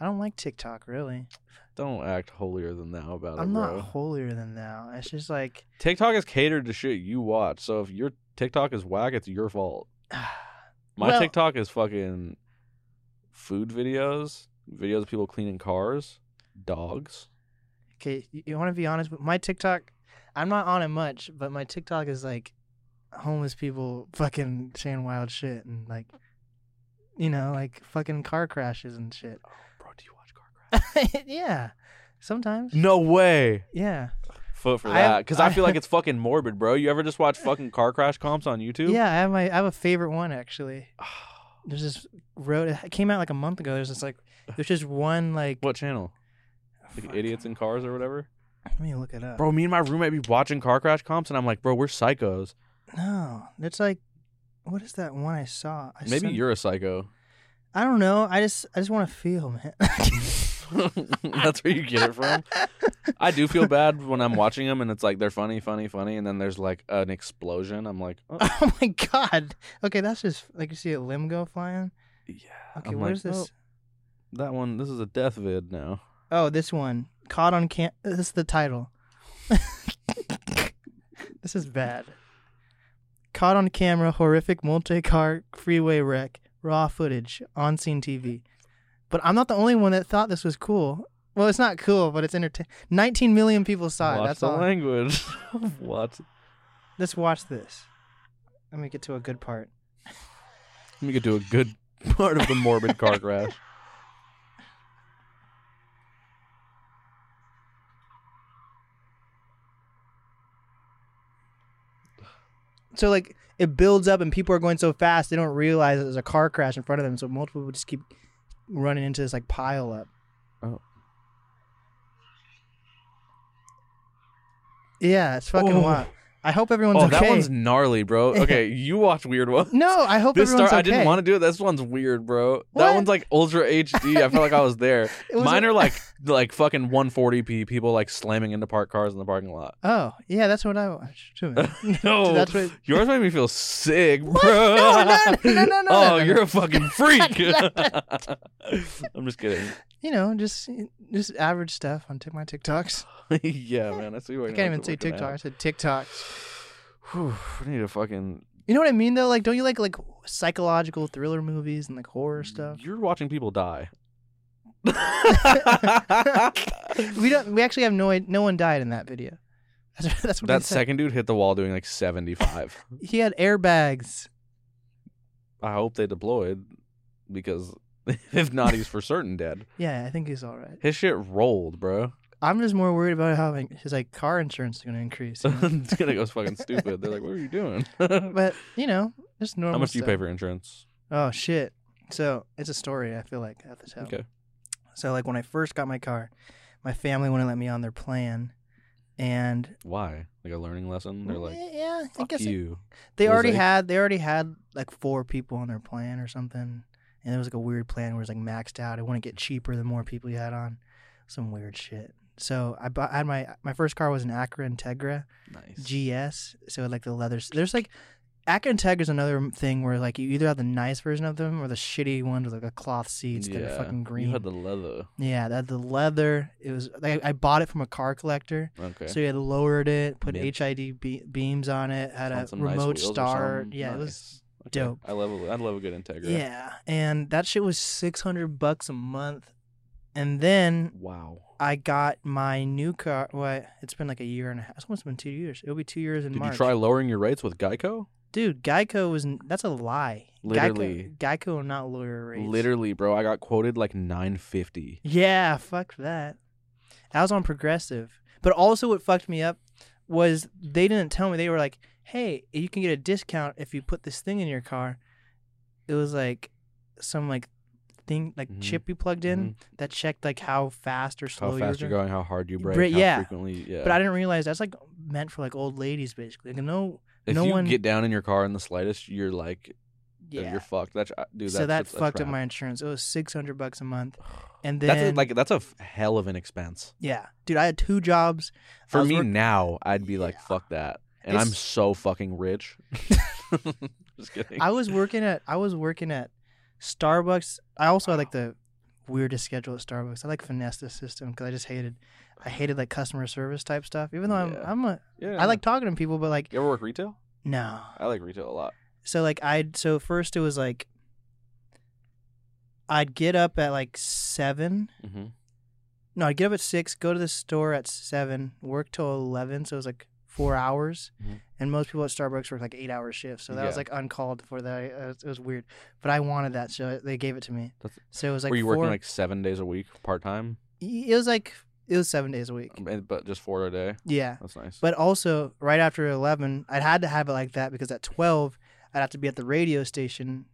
B: I don't like TikTok really.
C: Don't act holier than thou about
B: I'm
C: it,
B: not
C: bro.
B: holier than thou. It's just like,
C: TikTok is catered to shit you watch. So if your TikTok is whack, it's your fault. My
B: Well-
C: TikTok is fucking food videos, videos of people cleaning cars, dogs.
B: okay, you, want to be honest? But my TikTok, I'm not on it much, but my TikTok is like homeless people fucking saying wild shit and like, you know, like fucking car crashes and shit.
C: Oh, Bro, do you watch car crash?
B: yeah, sometimes.
C: No way.
B: Yeah,
C: Foot for
B: I
C: that.
B: have-
C: Because I,
B: I-
C: feel like it's fucking morbid, bro. You ever just watch fucking car crash comps on YouTube?
B: yeah. I have my I have a favorite one actually. There's this road. It came out like a month ago. There's this like there's just one like.
C: What channel? Like
B: Fuck.
C: idiots in cars or whatever?
B: Let me look it up.
C: Bro, me and my roommate be watching car crash comps, and I'm like, bro, we're psychos.
B: No, it's like what is that one I saw? I
C: Maybe
B: sent-
C: you're a psycho.
B: I don't know. I just I just want to feel, man.
C: That's where you get it from. I do feel bad when I'm watching them and it's like they're funny, funny, funny, and then there's like an explosion. I'm like, oh,
B: oh my god. Okay, that's just like you see a limb go flying.
C: yeah.
B: Okay,
C: I'm
B: where's
C: like,
B: this?
C: "Oh, that one, this is a death vid now.
B: Oh, this one. Caught on cam. This is the title. this is bad. Caught on camera, horrific multi-car freeway wreck. Raw footage on scene TV. But I'm not the only one that thought this was cool. Well, it's not cool, but it's entertaining. 19 million people saw it.
C: Watch
B: That's
C: the
B: all.
C: language. Watch.
B: Let's watch this. Let me get to a good part.
C: Let me get to a good part of the morbid car crash.
B: So like it builds up and people are going so fast they don't realize that there's a car crash in front of them. So multiple people just keep running into this like pile up.
C: Oh.
B: Yeah, it's fucking
C: Oh.
B: wild. I hope everyone's
C: oh,
B: okay.
C: that one's gnarly, bro. Okay, you watch weird ones.
B: no, I hope
C: This star,
B: everyone's okay.
C: I didn't want to do it. This one's weird, bro. That
B: What?
C: one's like ultra HD. I felt like I was there.
B: was
C: Mine
B: a-
C: are like like fucking 140p. People like slamming into parked cars in the parking lot.
B: Oh, yeah, that's what I watched too.
C: No,
B: that's what.
C: yours made me feel sick, bro.
B: No, no, no, no, no, no,
C: oh,
B: no, no.
C: you're a fucking freak. I'm just kidding.
B: You know, just just average stuff on Tik- my TikToks.
C: yeah, man, I see why.
B: I can't even say TikTok. I said TikToks.
C: Whew, I need a fucking.
B: You know what I mean though? Like, don't you like like psychological thriller movies and like horror
C: Mm.
B: stuff?
C: You're watching people die.
B: We don't. We actually have no. i- No one died in that video. That's, that's what
C: that
B: they said.
C: second dude hit the wall doing like 75.
B: He had airbags.
C: I hope they deployed because if not, he's for certain dead.
B: Yeah, I think he's all right.
C: His shit rolled, bro.
B: I'm just more worried about how like, his like car insurance is going to increase. you know?
C: it's gonna go fucking stupid. They're like, "What are you doing?" How
B: but you know, just normal.
C: much do you
B: stuff.
C: pay for insurance?
B: Oh shit! So it's a story. I feel like I have to tell.
C: Okay.
B: So like when I first got my car, my family wouldn't let me on their plan, and eh,
C: Why? Like a learning lesson? They're like,
B: yeah, Mm, I
C: "Fuck
B: guess it-
C: you."
B: They
C: It was
B: already
C: like-
B: had they already had like four people on their plan or something, and it was like a weird plan where it was like maxed out. It wouldn't get cheaper the more people you had on, some weird shit. So I bought I had my my first car was an Acura Integra
C: Nice.
B: GS. So like the leather. There's like Acura Integra is another thing where like you either have the nice version of them or the shitty ones with like a cloth seats that are fucking green.
C: You had the leather.
B: yeah, that the leather. It was like, I bought it from a car collector.
C: Okay.
B: So you had lowered it, put
C: Mint.
B: HID be- beams on it, had
C: On
B: a
C: some nice
B: remote
C: wheels or
B: start.
C: something.
B: Yeah, it was
C: Nice. Okay.
B: dope.
C: I love a, I love a good Integra.
B: yeah, and that shit was six hundred bucks a month. And then
C: Wow.
B: I got my new car. What? It's been like a year and a half. It's almost been two years. It'll be two years in
C: Did
B: March.
C: you try lowering your rates with Geico?
B: Dude, Geico was. n- That's a lie.
C: Literally.
B: Geico, Geico will not lower rates.
C: Literally, bro. I got quoted like 950.
B: Yeah, fuck that. I was on progressive, but also what fucked me up was they didn't tell me. They were like, "Hey, you can get a discount if you put this thing in your car." It was like some like thing like
C: Mhm.
B: chip you plugged in that checked like how fast or slow
C: How fast
B: you
C: you're
B: were going.
C: going, how hard you
B: You
C: brake,
B: brake-
C: how
B: yeah.
C: frequently. Yeah.
B: But I didn't realize that's like meant for like old ladies basically. Like no,
C: if
B: no
C: you
B: one-
C: get down in your car in the slightest, you're like,
B: yeah.
C: you're fucked. That's uh, dude.
B: so that
C: that's just a
B: fucked up
C: trap.
B: my insurance. It was six hundred bucks a month, and then
C: That's a, like that's a f- hell of an expense.
B: yeah, dude, I had two jobs. I
C: For
B: was
C: me
B: work-
C: now, I'd be like, fuck that. And I'm
B: It's-
C: so fucking rich. Just kidding.
B: I was working at I was working at Starbucks. I also had like the weirdest schedule at Starbucks. I like finesse the system because I just hated I hated like customer service type stuff. Even though
C: Yeah.
B: I'm I'm a
C: yeah.
B: I like talking to people, but like
C: You ever work retail?
B: no.
C: I like retail a lot.
B: So like I so first it was like I'd get up at like seven.
C: Mm-hmm.
B: No, I'd get up at six, go to the store at seven, work till eleven. So it was like four hours.
C: Mhm.
B: And most people at Starbucks work like eight hour shifts, so that was
C: Yeah.
B: like uncalled for. That I, uh, it was- it was weird, but I wanted that, so they gave it to me.
C: That's-
B: so it was like
C: Were you
B: four,
C: working like seven days a week, part time,
B: it was like it was seven days a week.
C: Um, but just four a day?
B: Yeah,
C: That's nice.
B: but also right after eleven, I had to have it like that because at twelve, I'd have to be at the radio station.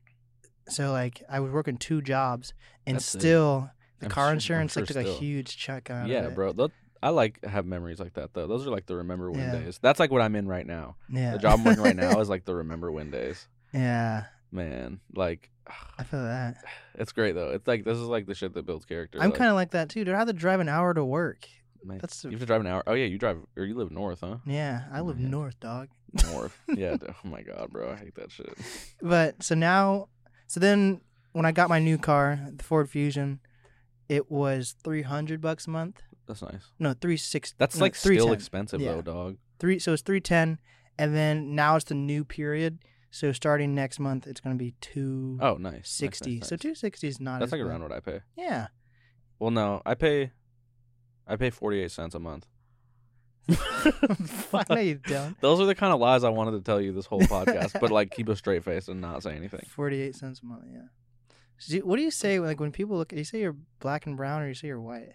B: So like I was working two jobs, and
C: That's it.
B: still the
C: I'm
B: car
C: su- I'm
B: insurance like
C: sure
B: took a
C: still.
B: huge chunk out.
C: yeah,
B: of it.
C: bro. That, I like have memories like that though. Those are like the remember win
B: Yeah.
C: days. That's like what I'm in right now.
B: Yeah,
C: The job I'm in right now is like the remember win days.
B: yeah,
C: man. Like,
B: I feel that.
C: it's great though. It's like this is like the shit that builds character.
B: I'm
C: like,
B: kind of like that too. Dude, I have to drive an hour to work.
C: man,
B: That's
C: you have to drive an hour. Oh yeah, you drive or you live north, huh?
B: yeah. I live
C: Yeah.
B: north, dog.
C: North. yeah. d- Oh my god, bro, I hate that shit.
B: But so now, so then when I got my new car, the Ford Fusion, it was three hundred bucks a month.
C: That's nice.
B: No, three six.
C: That's
B: no,
C: like still
B: 310.
C: expensive
B: Yeah.
C: though, dog.
B: three. So it's three ten, and then now it's the new period. So starting next month, it's going to be two sixty.
C: Oh, nice. nice, nice,
B: So
C: nice.
B: two sixty is not.
C: That's
B: as
C: like around
B: bad.
C: what I pay.
B: Yeah.
C: Well, no, I pay, I pay forty eight cents a month.
B: I know you don't.
C: Those are the kind of lies I wanted to tell you this whole podcast, but like keep a straight face and not say anything.
B: Forty-eight cents a month. Yeah. So do- what do you say? Like when people look, do you say you're black and brown, or you say you're white?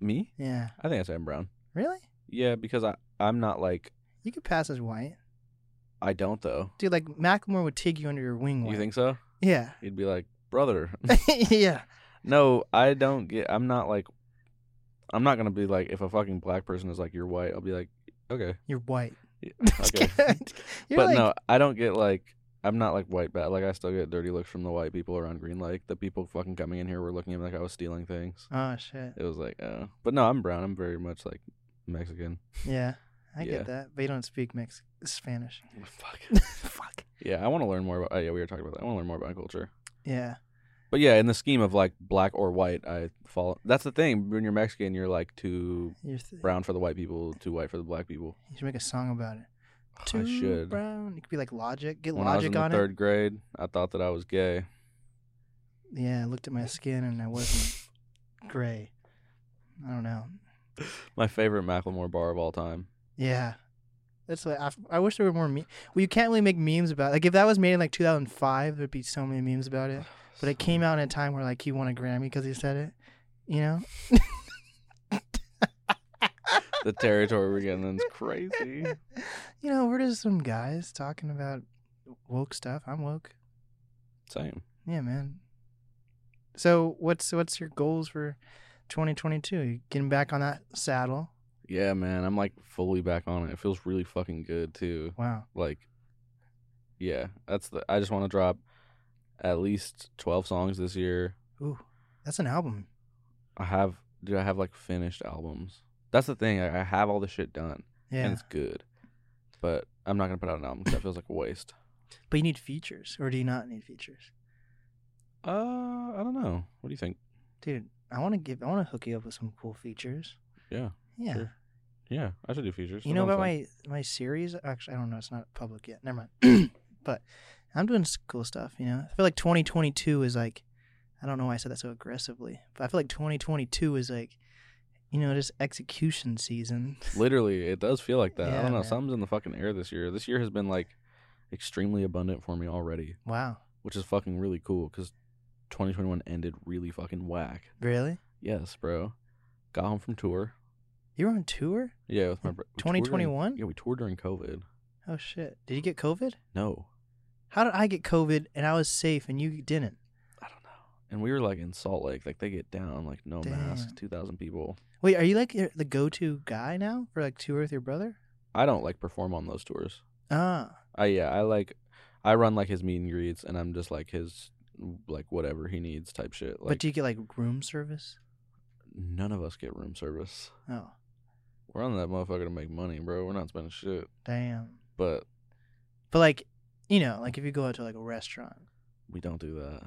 C: Me?
B: Yeah.
C: I think I say I'm brown.
B: Really?
C: Yeah, because I I'm not like
B: You could pass as white,
C: I don't though.
B: dude. Like Macklemore would take you under your wing.
C: You
B: white.
C: think so?
B: Yeah.
C: You'd be like, brother.
B: yeah.
C: no, I don't get. I'm not like. I'm not gonna be like if a fucking black person is like you're white. I'll be like, okay,
B: You're white.
C: yeah, okay.
B: you're
C: but
B: like,
C: no, I don't get like. I'm not like white bad. Like I still get dirty looks from the white people around Green Lake. The people fucking coming in here were looking at me like I was stealing things.
B: Oh shit.
C: It was like, uh, but no, I'm brown. I'm very much like Mexican.
B: Yeah. I
C: Yeah. Oh,
B: get that, but you don't speak Mex Spanish.
C: Fuck.
B: Fuck.
C: Yeah, I want to learn more about. oh, yeah, we were talking about that. I want to learn more about culture.
B: Yeah.
C: But yeah, in the scheme of like black or white, I fall. That's the thing. When you're Mexican, you're like too
B: You're th-
C: brown for the white people, too white for the black people.
B: you should make a song about it.
C: Oh, I
B: Too
C: should.
B: Brown. It could be like Logic. Get
C: when I was
B: Logic
C: in the
B: on
C: third grade, I thought that I was gay.
B: it. Yeah. I looked at my skin and I wasn't gray. I don't know.
C: My favorite Macklemore bar of all time.
B: Yeah. That's what I, f- I wish there were more memes. Well, you can't really make memes about like if that was made in like 2005, there'd be so many memes about it. But it
C: Hmm.
B: came out in a time where like he won a Grammy because he said it. You know?
C: The territory we're getting in is crazy.
B: You know, we're just some guys talking about woke stuff. I'm woke.
C: Same.
B: Yeah, man. So what's what's your goals for 2022? You getting back on that saddle?
C: Yeah, man. I'm like fully back on it. It feels really fucking good too.
B: Wow.
C: Like, yeah. That's the. I just want to drop at least twelve songs this year.
B: Ooh, that's an album.
C: I have, dude. I have like finished albums. That's the thing. I I have all this shit done, and
B: Yeah,
C: it's good. But I'm not gonna put out an album because that feels like a waste.
B: but you need features, or do you not need features,
C: Uh, I don't know. What do you think?
B: dude? I want to give, I want to hook you up with some cool features.
C: Yeah,
B: Yeah.
C: sure. Yeah, I should do features.
B: You know about my my series? Actually, I don't know. It's not public yet. Never mind. but I'm doing s- cool stuff. You know, I feel like 2022 is like, I don't know why I said that so aggressively, but I feel like 2022 is like, you know, just execution season.
C: Literally, it does feel like that. I
B: Yeah,
C: don't know.
B: man.
C: Something's in the fucking air this year. This year has been like extremely abundant for me already,
B: Wow.
C: which is fucking really cool because 2021 ended really fucking whack.
B: Really?
C: Yes, bro. Got home from tour.
B: You were on tour?
C: Yeah, with my bro- we toured during-
B: 2021?
C: Yeah, we toured during COVID.
B: Oh shit! Did you get COVID?
C: No,
B: How did I get COVID and I was safe and you didn't?
C: I don't know. And we were like in Salt Lake, like they get down, like no mask,
B: Damn.
C: two thousand people.
B: Wait, are you like your- the go-to guy now for like tour with your brother?
C: I don't like perform on those tours.
B: Ah,
C: I yeah, I like, I run like his meet and greets, and I'm just like his, like whatever he needs type shit. Like,
B: but do you get like room service?
C: none of us get room service.
B: Oh,
C: We're on that motherfucker to make money, bro. We're not spending shit.
B: damn.
C: But
B: But like, you know, like if you go out to like a restaurant,
C: we don't do that.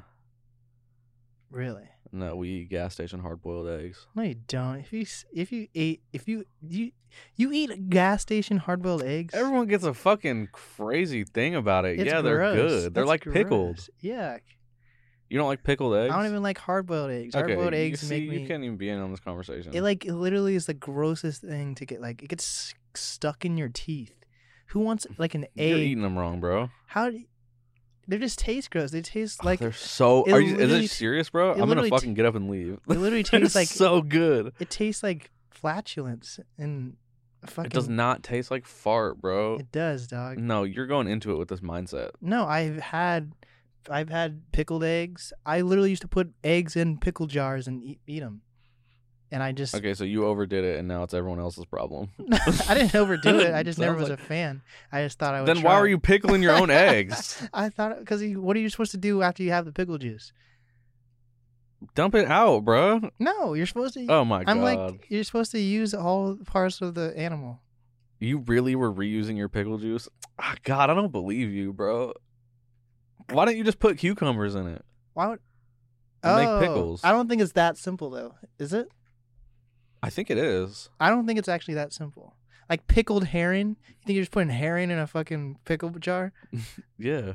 B: really?
C: No, we eat gas station hard boiled eggs.
B: No, you don't. If you s- if you ate if you you you eat gas station hard-boiled eggs.
C: Everyone gets a fucking crazy thing about it.
B: It's
C: yeah, they're
B: gross.
C: good. They're
B: That's
C: like pickled.
B: gross. Yeah,
C: You don't like pickled eggs?
B: I don't even like hard-boiled eggs. hard-boiled
C: you
B: eggs
C: see,
B: make me.
C: You can't even be in on this conversation.
B: It like it literally is the grossest thing to get. Like it gets s- stuck in your teeth. Who wants like an
C: You're
B: egg?
C: eating them wrong, bro.
B: How? Do they just taste gross. They taste like
C: Oh, they're
B: it
C: so.
B: it
C: Are you? Is
B: literally
C: it
B: t-
C: serious, bro?
B: it
C: I'm gonna
B: literally t-
C: fucking get up and leave.
B: literally
C: They're
B: tastes like
C: so good.
B: it tastes like flatulence and fucking.
C: It does not taste like fart, bro.
B: It does, dog.
C: No, you're going into it with this mindset.
B: No, I've had, I've had pickled eggs. I literally used to put eggs in pickle jars and eat eat them. and I just
C: Okay, so you overdid it, and now it's everyone else's problem.
B: I didn't overdo it. I just never
C: Sounds
B: was
C: like-
B: a fan. I just thought I would.
C: Then why
B: try.
C: were you pickling your own eggs?
B: I thought because what are you supposed to do after you have the pickle juice?
C: Dump it out, bruh.
B: No, you're supposed to.
C: Oh my
B: I'm
C: god.
B: like you're supposed to use all parts of the animal.
C: You really were reusing your pickle juice? Ah, God, I don't believe you, bro. Why don't you just put cucumbers in it?
B: Why would?
C: To make
B: oh,
C: pickles.
B: I don't think it's that simple though. Is it?
C: I think it is.
B: I don't think it's actually that simple. Like pickled herring. You think you're just putting herring in a fucking pickle jar?
C: Yeah.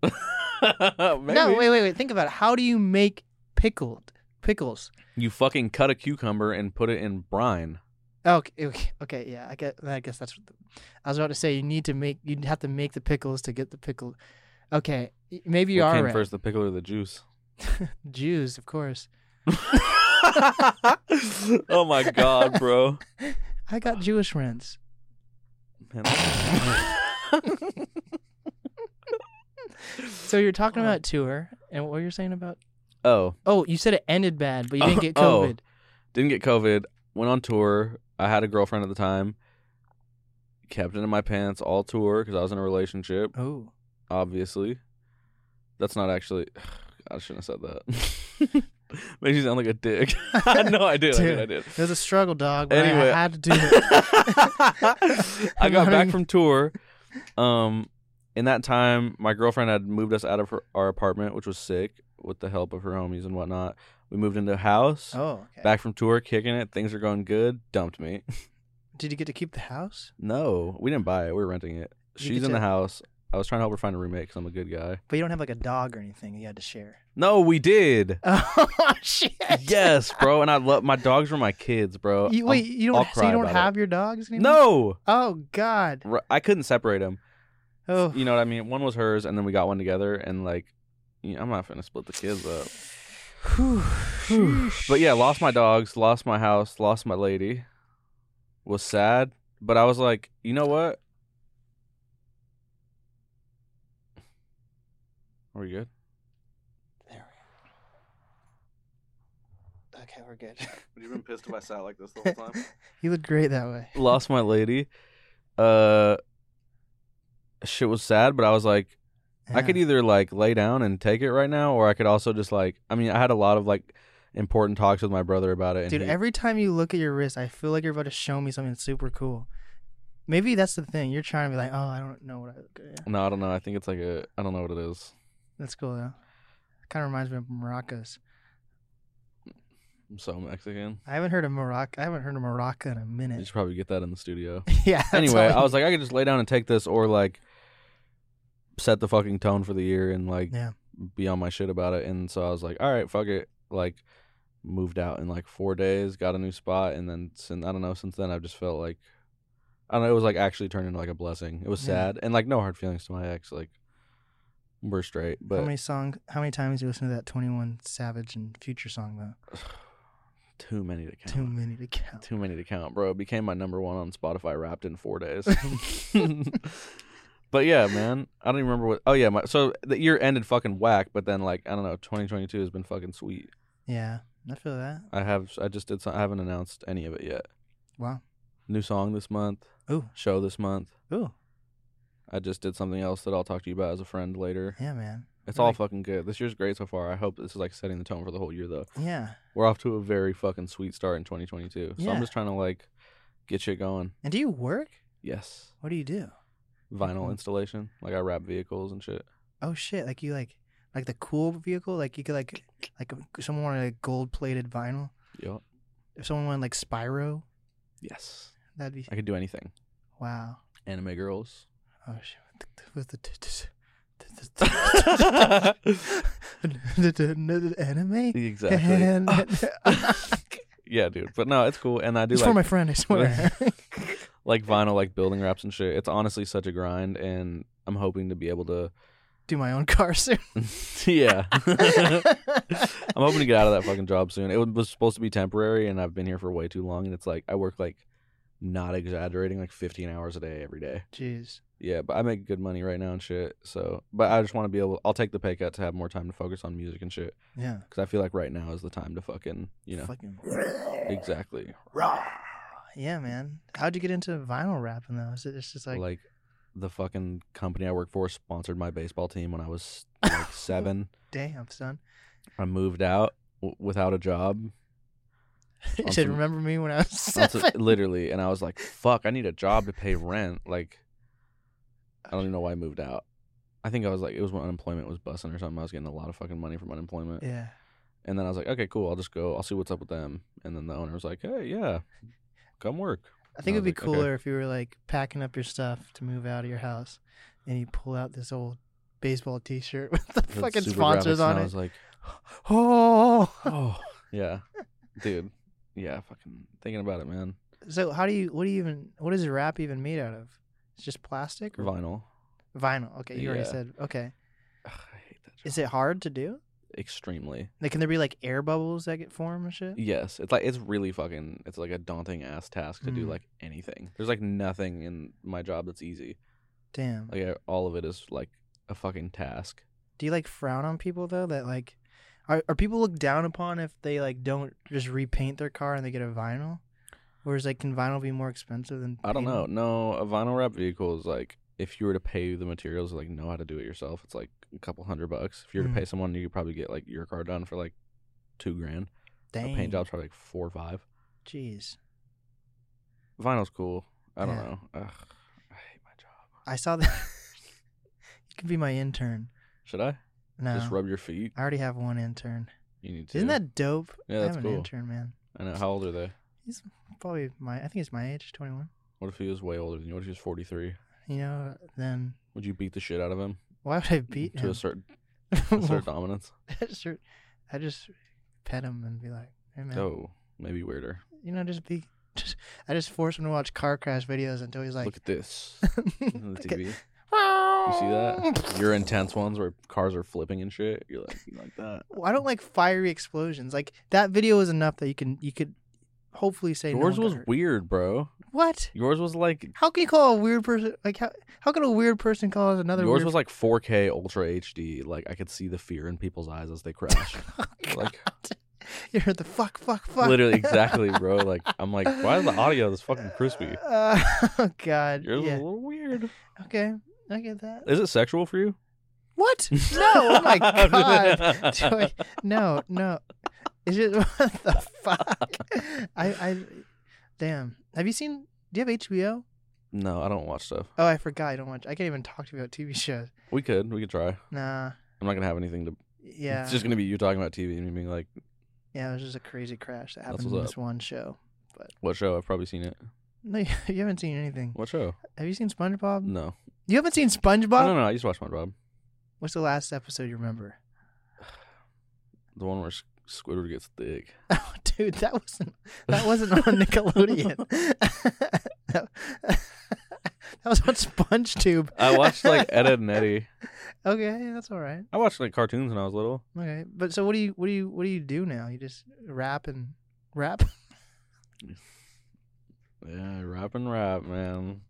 C: Maybe.
B: No, wait, wait, wait. Think about it. How do you make pickled pickles?
C: You fucking cut a cucumber and put it in brine.
B: Oh, okay, okay, okay, yeah. I guess, I guess that's. What the, I was about to say you need to make. You have to make the pickles to get the pickled. Okay, y- maybe you
C: What
B: are
C: came
B: right.
C: first, the pickle or the juice?
B: Jews, of course.
C: oh my god, bro.
B: I got Jewish friends.
C: Man, I-
B: So you're talking
C: Oh.
B: about tour, and what were you saying about?
C: oh,
B: Oh, you said it ended bad, but you didn't get
C: Oh.
B: COVID.
C: didn't get COVID. Went on tour. I had a girlfriend at the time. Kept it in my pants all tour because I was in a relationship.
B: Oh.
C: obviously. That's not actually. I shouldn't have said that. Makes you sound like a dick. no, I did. I did.
B: it was a struggle, dog. But I-
C: Anyway.
B: I, had to do it.
C: I did. I got back
B: Running.
C: from tour. Um, in that time, my girlfriend had moved us out of her, our apartment, which was sick, with the help of her homies and whatnot. We moved into a house.
B: Oh, okay.
C: Back from tour, kicking it. Things are going good. Dumped me.
B: Did you get to keep the house?
C: No, we didn't buy it. We were renting it.
B: You
C: She's
B: get
C: in the
B: to-
C: house. I was trying to help her find a roommate because I'm a good guy.
B: But you don't have like a dog or anything. You had to share.
C: No, we did.
B: Oh shit.
C: yes, bro. And I love my dogs were my kids, bro.
B: You,
C: I'm-
B: wait, you
C: Uh, I'll
B: don't. So
C: cry
B: you don't
C: about it.
B: have your dogs anymore?
C: no,
B: Oh God.
C: R- I couldn't separate them.
B: Oh.
C: You know what I mean? One was hers, and then we got one together, and like, you know, I'm not finna split the kids up.
B: Whew.
C: But yeah, lost my dogs, lost my house, lost my lady. Was sad, but I was like, you know what? Are we good?
B: There we go. Okay, we're good.
C: Would you have been pissed if I sat like this the
B: you look great that way.
C: lost my lady. Uh, shit was sad, but I was like, I could
B: Yeah.
C: either like lay down and take it right now, or I could also just like. I mean, I had a lot of like important talks with my brother about it. And
B: Dude,
C: he-
B: every time you look at your wrist, I feel like you're about to show me something super cool. Maybe that's the thing. You're trying to be like, oh, I don't know what I look at.
C: no, I don't know. I think it's like a. I don't know what it is.
B: That's cool, though. Kind of reminds me of maracas.
C: I'm so Mexican.
B: I haven't heard of Morocco. I haven't heard of Morocco in a
C: You
B: minute.
C: should probably get that in the studio.
B: yeah. that's
C: anyway,
B: all
C: I was like, I could just lay down and take this, or like set the fucking tone for the year and like
B: Yeah.
C: be on my shit about it. And so I was like, all right, fuck it. Like moved out in like four days, got a new spot, and then since I don't know, since then I've just felt like I don't know, it was like actually turned into like a blessing. It was
B: Yeah.
C: sad and like no hard feelings to my ex. Like we're straight,
B: how
C: but
B: many songs? How many times you listen to that Twenty One Savage and Future song though?
C: too many to count.
B: Too many to count.
C: Too many to count, bro. It became my number one on Spotify Wrapped in four days. but yeah, man, I don't even remember what. Oh yeah, my so the year ended fucking whack. But then like I don't know, 2022 has been fucking sweet.
B: Yeah, I feel that.
C: I have I just did some, I haven't announced any of it yet.
B: Wow.
C: New song this month.
B: Ooh.
C: Show this month.
B: Ooh.
C: I just did something else that I'll talk to you about as a friend later.
B: Yeah, man.
C: It's all
B: Like-
C: fucking good. This year's great so far. I hope this is like setting the tone for the whole year though.
B: Yeah.
C: We're off to a very fucking sweet start in 2022. So
B: Yeah.
C: I'm just trying to like get shit going.
B: And do you work?
C: Yes.
B: What do you do?
C: Vinyl
B: Mhm.
C: installation. Like I wrap vehicles and shit.
B: Oh shit! Like you like like the cool vehicle. Like you could like like if someone wanted like gold plated vinyl.
C: Yup.
B: If someone wanted like Spyro,
C: Yes.
B: that'd be
C: I could do anything.
B: wow.
C: Anime girls.
B: Oh shit! With the, with the, anime.
C: exactly. yeah, dude. But no, it's cool. And I do
B: it's
C: like
B: for my friend, I swear.
C: like vinyl, like building wraps and shit. It's honestly such a grind, and I'm hoping to be able to.
B: Do my own car soon.
C: yeah, I'm hoping to get out of that fucking job soon. It was supposed to be temporary, and I've been here for way too long. And it's like I work like not exaggerating, like 15 hours a day every day.
B: Jeez.
C: Yeah, but I make good money right now and shit. So, but I just want to be able. I'll take the pay cut to have more time to focus on music and shit.
B: Yeah.
C: Because I feel like right now is the time to fucking, you know,
B: Fucking.
C: exactly
B: Yeah, man. How'd you get into vinyl rapping though? Is it it's just like,
C: like, the fucking company I work for sponsored my baseball team when I was like seven.
B: damn, son?
C: I moved out w- without a job.
B: You
C: On
B: said,
C: some-
B: remember me when I was
C: That's
B: seven?
C: it, literally, and I was like, "Fuck, I need a job to pay rent." Like, I don't even know why I moved out. I think I was like, it was when unemployment was busting or something. I was getting a lot of fucking money from unemployment.
B: Yeah.
C: And then I was like, okay, cool. I'll just go. I'll see what's up with them. And then the owner was like, hey, yeah, come work.
B: I think
C: I
B: it'd be
C: was like, okay.
B: cooler if you were like packing up your stuff to move out of your house, and you pull out this old baseball T-shirt with the
C: Had
B: fucking
C: Super
B: sponsors
C: Graphics,
B: on
C: and I
B: it.
C: was like,
B: Oh.
C: oh, yeah, dude, yeah, fucking thinking about it, man.
B: So how do you? What do you even? What is rap even made out of? It's just plastic or
C: Vinyl.
B: vinyl. Okay, you already
C: Yeah.
B: said. Okay,
C: Ugh, I hate that. Job.
B: is it hard to do?
C: Extremely.
B: Like, can there be like air bubbles that get formed and shit?
C: Yes, it's like it's really fucking. It's like a daunting ass task to do
B: Mm.
C: like anything. There's like nothing in my job that's easy.
B: Damn.
C: Like I- all of it is like a fucking task.
B: do you like frown on people though that like are are people looked down upon if they like don't just repaint their car and they get a vinyl? Or is like can vinyl be more expensive than
C: I don't know.
B: painting?
C: No, a vinyl wrap vehicle is like if you were to pay the materials, like know how to do it yourself, it's like a couple hundred bucks. If you were
B: Mm.
C: to pay someone, you could probably get like your car done for like two grand.
B: Dang.
C: A paint job's probably like four or five.
B: Jeez.
C: Vinyl's cool. I don't
B: Yeah.
C: know. Ugh, I hate my job.
B: I saw that You could be my intern.
C: Should I
B: No.
C: just rub your feet?
B: I already have one intern.
C: You need to.
B: Isn't that dope?
C: Yeah,
B: I
C: that's
B: have an
C: cool.
B: intern, man.
C: I know. How old are they?
B: Probably my I think it's my age, twenty one.
C: What if he was way older than you? What if he was forty three?
B: You know, then
C: Would you beat the shit out of him
B: why would I beat
C: to
B: him?
C: assert
B: Well,
C: assert dominance?
B: I just- I just pet him and be like, hey man.
C: Oh, maybe weirder.
B: you know, just be, just I just force him to watch car crash videos until he's like, "Ah!"
C: Look at this. on the
B: Okay.
C: TV. You see that? Your intense ones where cars are flipping and shit. You're like, you like that.
B: Well, I don't like fiery explosions. Like that video is enough that you can you could hopefully say no
C: Yours
B: one
C: was
B: got hurt.
C: weird, bro.
B: What?
C: Yours was like
B: How can you call a weird person like how how can a weird person call another
C: yours
B: weird
C: was like 4K Ultra HD. Like I could see the fear in people's eyes as they crashed.
B: Oh
C: like
B: you heard the fuck fuck fuck
C: literally exactly, bro. Like I'm like, why is the audio this fucking crispy?
B: Uh, oh god.
C: Yours was a
B: yeah.
C: little weird.
B: Okay. I get that.
C: Is it sexual for you?
B: What? No, oh my god. Joy- no, no. It's just what the fuck? I, I, damn. Have you seen? Do you have HBO?
C: No, I don't watch stuff.
B: Oh, I forgot. I don't watch. I can't even talk to you about TV shows.
C: We could, we could try.
B: Nah.
C: I'm not gonna have anything to.
B: Yeah.
C: It's just gonna be you talking about TV and me being like,
B: yeah. It was just a crazy crash that
C: That's
B: happened
C: what's
B: in
C: up.
B: this one show.
C: "What show? I've probably seen it.
B: No, you, you haven't seen anything.
C: What show?
B: Have you seen SpongeBob?
C: No,
B: You haven't seen
C: I
B: SpongeBob?
C: don't know. I used to watch SpongeBob.
B: What's the last episode you remember?
C: The one where S- Squidward gets thick.
B: Oh, dude, that wasn't that wasn't on Nickelodeon. that, was on SpongeTube.
C: I watched like Ed, Ed and Eddie.
B: Okay, that's all right.
C: I watched like cartoons when I was little.
B: Okay, but so what do you what do you what do you do now? You just rap and rap.
C: Yeah, rap and rap, man.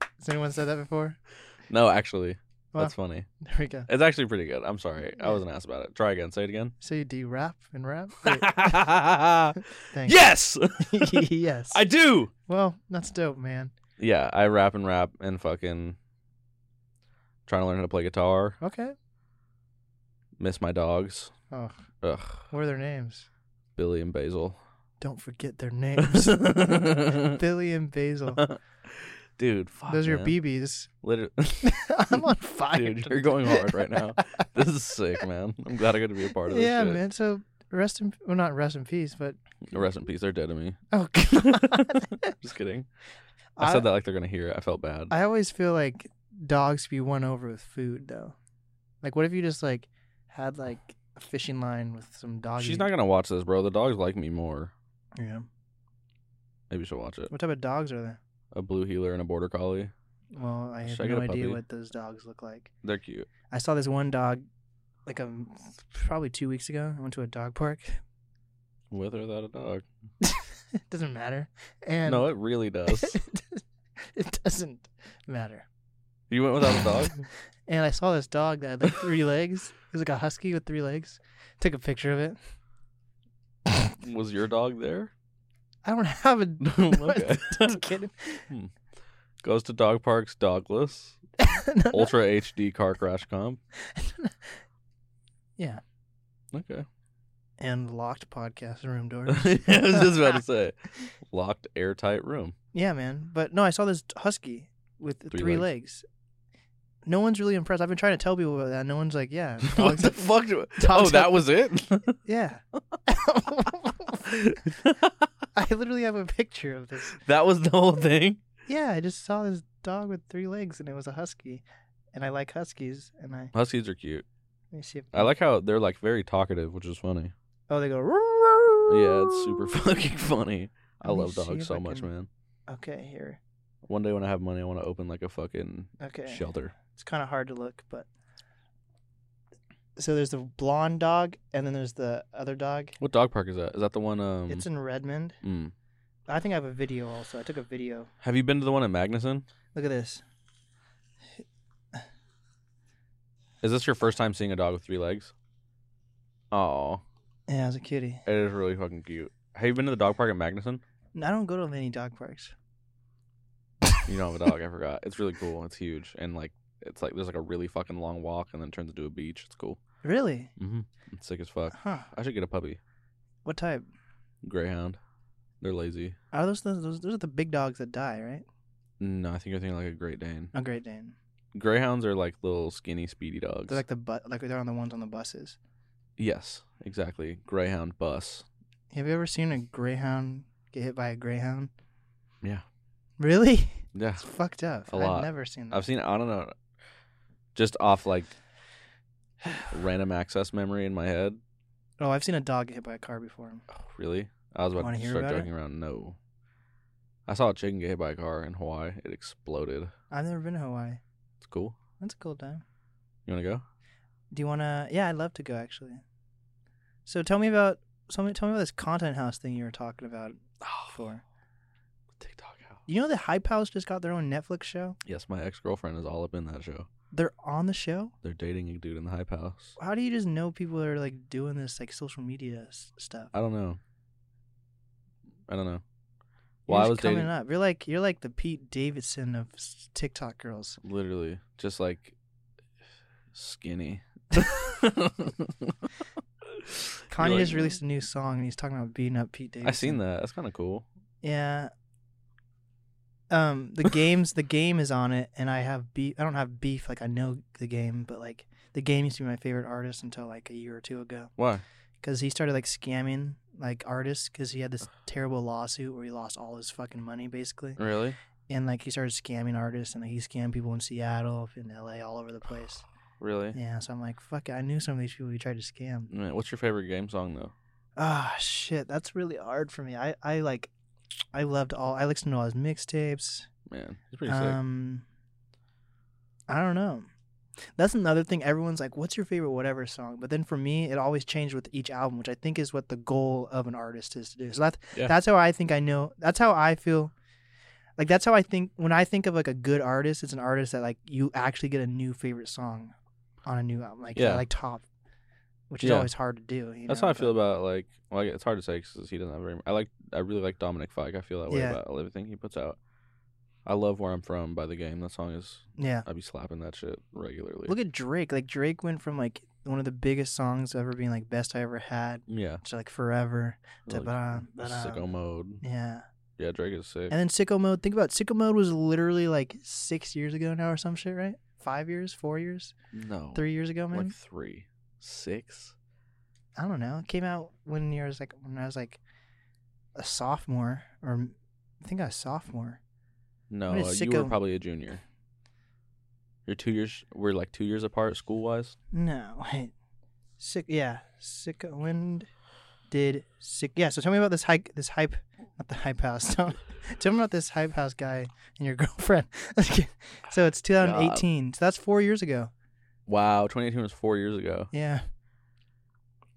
B: Has anyone said that before?
C: No, actually,
B: Well,
C: that's funny.
B: there we go.
C: It's actually pretty good. I'm sorry, I was an ass about it. Try again. Say it again.
B: So you do rap and rap. Wait, thanks.
C: yes,
B: yes.
C: I do.
B: Well, that's dope, man.
C: Yeah, I rap and rap and fucking trying to learn how to play guitar.
B: Okay.
C: Miss my dogs.
B: Oh,
C: Ugh,
B: what are their names?
C: Billy and Basil.
B: Don't forget their names. Billy and Basil.
C: Dude, fuck.
B: Those are your
C: Oh, man.
B: BBs.
C: Literally,
B: I'm on fire.
C: dude, you're going hard right now. This is sick, man. I'm glad I got to be a part of this.
B: yeah,
C: shit.
B: man. So rest in well, not rest in peace, but
C: Rest in peace. They're dead to me.
B: oh god,
C: Just kidding. I,
B: I,
C: said that like they're gonna hear it. I felt bad.
B: I always feel like dogs be won over with food, though. Like, what if you just like had like a fishing line with some dog?
C: She's not gonna watch this, bro. The dogs like me more.
B: Yeah.
C: Maybe she'll watch it.
B: What type of dogs are there?
C: A blue healer and a border collie.
B: Well, I have
C: Should I get
B: no
C: a
B: idea
C: puppy?
B: what those dogs look like.
C: They're cute.
B: I saw this one dog, like um, probably two weeks ago. I went to a dog park.
C: With or without a dog.
B: it doesn't matter. And
C: no, it really does.
B: it doesn't matter.
C: you went without a dog?
B: And I saw this dog that had like three legs. It was like a husky with three legs. Took a picture of it.
C: Was your dog there?
B: I don't have a.
C: okay.
B: Just kidding.
C: Goes to dog parks dogless.
B: No, no.
C: Ultra HD car crash comp.
B: Yeah.
C: Okay.
B: And locked podcast room
C: I
B: doors.
C: was just about to say. Locked airtight room.
B: yeah, man. But no, I saw this husky with three,
C: Three
B: legs. No one's really impressed. I've been trying to tell people about that. No one's like, yeah.
C: what
B: dogs-
C: the fuck? Do oh,
B: dogs
C: that
B: have-
C: was it?
B: Yeah. I literally have a picture of this.
C: that was the whole thing?
B: Yeah, I just saw this dog with three legs, and it was a husky, and I like huskies, and I
C: Huskies are cute.
B: let me see if
C: I like how they're like very talkative, which is funny.
B: oh they go
C: Yeah, it's super fucking funny. I
B: Let me
C: love
B: see
C: dogs
B: if
C: so
B: I
C: much,
B: can-
C: man.
B: okay here
C: One day when I have money, I want to open like a fucking
B: okay
C: shelter.
B: it's kind of hard to look but so there's the blonde dog and then there's the other dog
C: What dog park is that? Is that the one? Um,
B: it's in Redmond
C: mm.
B: I think I have a video also I took a video
C: Have you been to the one at Magnuson?
B: look at this
C: Is this your first time seeing a dog with three legs? Oh,
B: yeah it was a cutie
C: it is really fucking cute. Have you been to the dog park at Magnuson?
B: No, I don't go to many dog parks
C: You don't have a dog. I forgot. It's really cool. It's huge and like it's like there's like a really fucking long walk and then turns into a beach. It's cool.
B: really
C: Mm-hmm. It's sick as fuck.
B: huh
C: I should get a puppy.
B: what type
C: Greyhound. They're lazy.
B: are those those those, those are the big dogs that die right
C: No, I think you're thinking like a Great Dane.
B: a Great Dane
C: Greyhounds are like little skinny, speedy dogs.
B: They're like the bu- like they're on the ones on the buses.
C: yes, exactly. Greyhound bus.
B: Have you ever seen a greyhound get hit by a greyhound?
C: Yeah.
B: Really?
C: Yeah,
B: It's fucked up.
C: A
B: I've
C: lot.
B: never seen that.
C: I've seen. I don't know. Just off like random access memory in my head.
B: oh, I've seen a dog get hit by a car before.
C: Oh, really? I was about
B: Wanna
C: to
B: hear
C: start
B: about it?
C: joking around. No. I saw a chicken get hit by a car in Hawaii. It exploded.
B: I've never been to Hawaii.
C: It's cool.
B: That's a cool time.
C: You want to go?
B: Do you wanna? Yeah, I'd love to go actually. So tell me about tell me, tell me about this content house thing you were talking about before.
C: TikTok out.
B: You know the Hype House just got their own Netflix show.
C: Yes, my ex girlfriend is all up in that show.
B: They're on the show.
C: They're dating a dude in the hype house.
B: How do you just know people that are like doing this like social media s- stuff?
C: I don't know. I don't know.
B: You're
C: Well, I
B: just
C: was
B: coming
C: dating
B: up. You're like you're like the Pete Davidson of s- TikTok girls.
C: literally just like skinny.
B: Kanye
C: like, "Mm,
B: just released a new song and he's talking about beating up Pete Davidson.
C: I seen that. That's kind of cool.
B: Yeah. Um, the games, the game is on it, and I have beef. I don't have beef. Like I know the game, but like the game used to be my favorite artist until like a year or two ago,
C: Why?
B: because he started like scamming like artists because he had this terrible lawsuit where he lost all his fucking money basically,
C: Really?
B: and like he started scamming artists and like, he scammed people in Seattle, in L.A., all over the place.
C: Really?
B: Yeah, so I'm like, fuck it. I knew some of these people he tried to scam.
C: Man, what's your favorite game song though?
B: Ah, shit. That's really hard for me. I, I like, I loved all, I listened to all his mixtapes.
C: Man, it's pretty sick.
B: Um, I don't know. That's another thing. Everyone's like, what's your favorite whatever song? But then for me, it always changed with each album, which I think is what the goal of an artist is to do. So that's,
C: Yeah.
B: that's how I think I know. That's how I feel. Like, that's how I think when I think of like a good artist, it's an artist that like you actually get a new favorite song on a new album. Like, yeah.
C: Yeah.
B: like top, which is
C: Yeah.
B: always hard to do. you
C: That's
B: know,
C: how I
B: but-
C: feel about like. Well, I it's hard to say because he doesn't have very. m- I like. I really like Dominic Fike. I feel that way
B: Yeah.
C: about everything he puts out. I love where I'm from by the game. That song is.
B: Yeah.
C: I be slapping that shit regularly.
B: Look at Drake. Like, Drake went from like one of the biggest songs ever being like best I ever had
C: yeah.
B: to like forever.
C: Like,
B: Da-ba-da, da-da.
C: uh, sicko mode.
B: uh, Yeah.
C: Yeah, Drake is sick.
B: And then Sicko Mode, think about it. Sicko Mode was literally like six years ago now or some shit, right? Five years, four years,
C: no.
B: three years ago, maybe?
C: Like three, six.
B: I don't know. It came out when you was like when I was like a sophomore or I think I was sophomore.
C: No,
B: What
C: uh,
B: is
C: you were
B: sicko-
C: probably a junior. You're two years. We're like two years apart school wise.
B: No, wait. Sick yeah. Sicko when did sick yeah, so tell me about this hype this hype not the hype house. Tell, tell me about this hype house guy and your girlfriend. so it's two thousand eighteen. So that's four years ago.
C: Wow, 2018 was four years ago.
B: Yeah.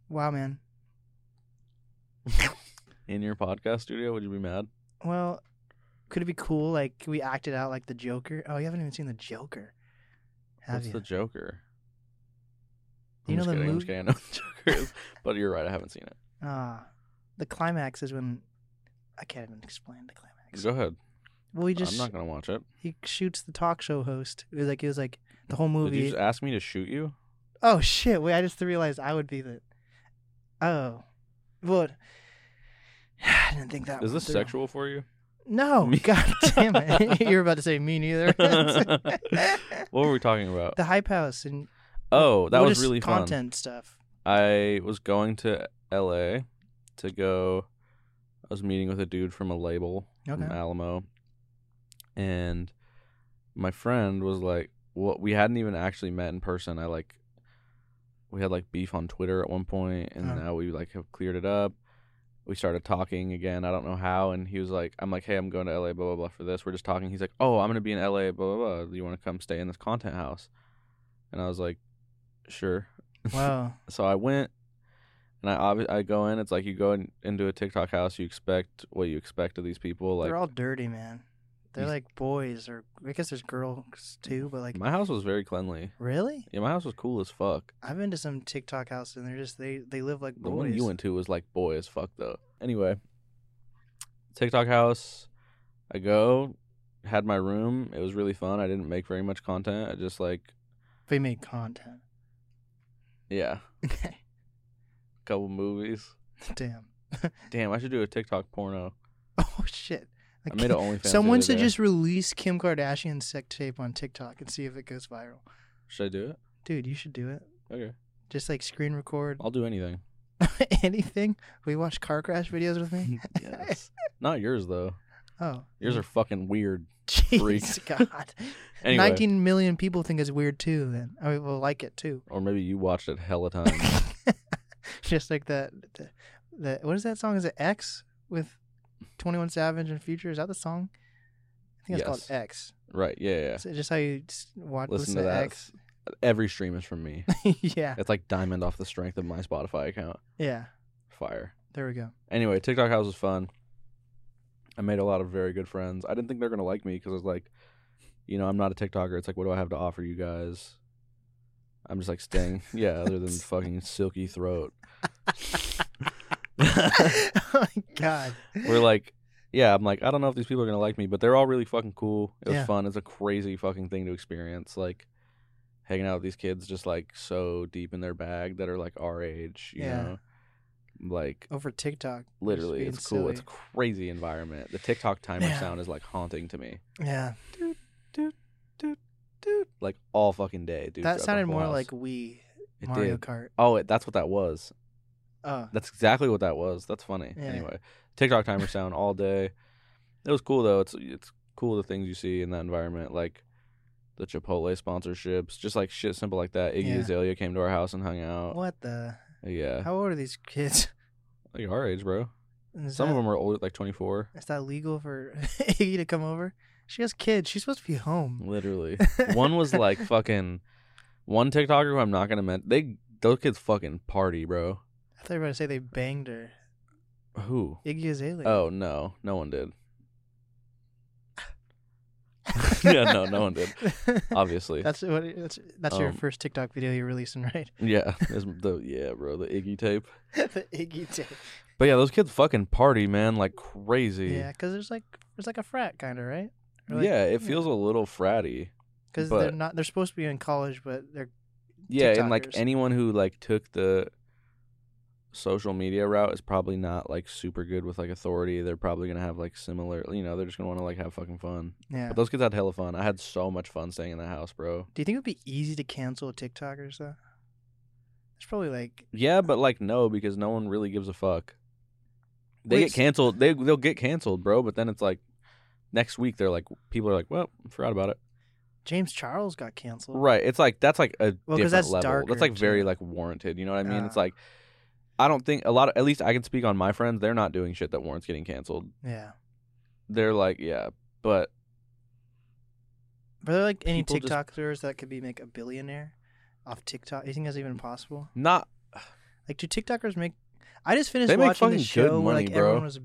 B: Wow, man.
C: in your podcast studio? Would you be mad?
B: Well, could it be cool? Like, could we act it out like the Joker? Oh, you haven't even seen the Joker, have
C: What's
B: you?
C: the Joker?
B: You
C: I'm
B: know
C: just
B: the
C: kidding, I'm
B: mov-
C: just kidding. I know what the Joker is, but you're right. I haven't seen it.
B: Ah, the climax is when I can't even explain the climax.
C: Go ahead.
B: Well, he just
C: I'm not gonna watch it.
B: he shoots the talk show host. It was like it was like the whole movie.
C: Did you just ask me to shoot you?
B: Oh shit! Wait, I just realized I would be the. Oh, what? I didn't think that.
C: Is
B: one
C: this
B: through.
C: sexual for you?
B: No,
C: Me-
B: god damn it! You're about to say me neither. the
C: What were we talking about?
B: hype house and
C: oh, that
B: what
C: was
B: is
C: really fun.
B: content stuff.
C: I was going to LA to go. I was meeting with a dude from a label from
B: Okay.
C: Alamo, and my friend was like, "What? We hadn't even actually met in person. I like, we had like beef on Twitter at one point, and
B: Uh-huh.
C: now we like have cleared it up. We started talking again. I don't know how. And he was like, "I'm like, hey, I'm going to LA, blah blah blah, for this. We're just talking. He's like, oh, I'm gonna be in LA, blah blah blah. Do you want to come stay in this content house? And I was like, sure.
B: Wow.
C: So I went, and I obvi- I go in. It's like you go in, into a TikTok house. You expect what you expect of these people. Like
B: They're all dirty, man. They're
C: These-
B: like boys, or I guess there's girls too, but like,
C: my house was very cleanly.
B: really?
C: Yeah, my house was cool as fuck.
B: I've been to some TikTok house and they're just they they live like
C: The
B: boys.
C: one you went to was like boy as fuck though. Anyway, TikTok house. I go, had my room. It was really fun. I didn't make very much content. I just like
B: They made content.
C: yeah,
B: Okay,
C: couple movies.
B: damn.
C: Damn, I should do a TikTok porno.
B: Oh shit.
C: I made an OnlyFans. the
B: Someone
C: other
B: should
C: day.
B: just release Kim Kardashian's sex tape on TikTok and see if it goes viral.
C: should I do it?
B: Dude, you should do it.
C: Okay,
B: Just like screen record
C: I'll do anything.
B: anything. We watch car crash videos with me.
C: yes, not yours though.
B: Oh,
C: Yours are fucking weird.
B: Jeez, God.
C: Anyway,
B: 19 million people think it's weird too. Then I mean, will like it too.
C: or maybe you watched it hella time.
B: Just like that. The, the what is that song? Is it X with 21 Savage and Future? Is that the song? I think it's called
C: Yes.
B: X.
C: right? Yeah, yeah.
B: So just how you s- watch listen,
C: Listen to
B: to,
C: that.
B: X.
C: Every stream is from me.
B: yeah,
C: It's like diamond off the strength of my Spotify account.
B: yeah.
C: Fire.
B: There we go.
C: Anyway, TikTok house was fun. I made a lot of very good friends. I didn't think they're gonna like me because I was like, you know, I'm not a TikToker. It's like, what do I have to offer you guys? I'm just like staying, yeah, other than fucking silky throat.
B: oh my god.
C: We're like, yeah, I'm like, I don't know if these people are gonna like me, but they're all really fucking cool. It was
B: Yeah.
C: fun. It's a crazy fucking thing to experience. Like hanging out with these kids just like so deep in their bag that are like our age, you
B: Yeah.
C: know. Like
B: over TikTok. You're just
C: literally,
B: being
C: it's cool. It's a
B: silly.
C: crazy environment. The TikTok timer
B: Man.
C: sound is like haunting to me.
B: yeah.
C: Dude, like all fucking day, dude.
B: that
C: throughout the
B: sounded
C: whole
B: more
C: house.
B: like Wii
C: It
B: Mario
C: did.
B: Kart.
C: Oh, it, that's what that was.
B: Oh,
C: That's exactly what that was. That's funny.
B: Yeah.
C: Anyway, TikTok timer sound all day. It was cool though. It's it's cool the things you see in that environment, like the Chipotle sponsorships, just like shit simple like that. Iggy
B: Yeah.
C: Azalea came to our house and hung out.
B: what the?
C: Yeah,
B: How old are these kids?
C: like our age, bro.
B: Is
C: Some
B: that,
C: of them are older, like twenty four.
B: Is that legal for Iggy to come over? She has kids. She's supposed to be home.
C: Literally, Mm. one was like fucking one TikToker who I'm not gonna mention. They those kids fucking party, bro.
B: I thought you were about to say they banged her.
C: Who?
B: Iggy Azalea.
C: Oh no, no one did. yeah, no, no one did. Obviously,
B: That's what. That's that's your
C: Um,
B: first TikTok video you're releasing, right?
C: Yeah, it's the yeah, bro, the Iggy tape.
B: the Iggy tape.
C: But yeah, those kids fucking party, man, like crazy.
B: Yeah, because there's like there's like a frat kind of right. Or, like,
C: yeah, it feels a little fratty.
B: because
C: but-
B: they're not they're supposed to be in college, but they're
C: Yeah, and like
B: TikTokers.
C: anyone who like took the social media route is probably not like super good with like authority. They're probably gonna have like similar, you know, they're just gonna want to like have fucking fun.
B: yeah.
C: But those kids had hella fun. I had so much fun staying in that house, bro.
B: Do you think it would be easy to cancel TikTokers though? It's probably like
C: Yeah, but like no, because no one really gives a fuck. They
B: Wait,
C: get
B: so-
C: canceled. They they'll get canceled, bro. But then it's like next week they're like people are like, well, forgot about it.
B: James Charles got canceled.
C: Right. It's like that's like a
B: Well, 'cause
C: different
B: that's
C: level. that's
B: darker,
C: like very
B: too.
C: like warranted. You know what I mean?
B: Ah.
C: it's like I don't think a lot of at least I can speak on my friends. They're not doing shit that warrants getting canceled.
B: Yeah.
C: They're like, yeah, but
B: Are there like any
C: People just-
B: TikTokers that could be make a billionaire off TikTok? You think that's even possible?
C: not
B: Like, do TikTokers make? I just finished
C: They make
B: watching this
C: fucking good
B: show where
C: money,
B: like
C: bro.
B: everyone was.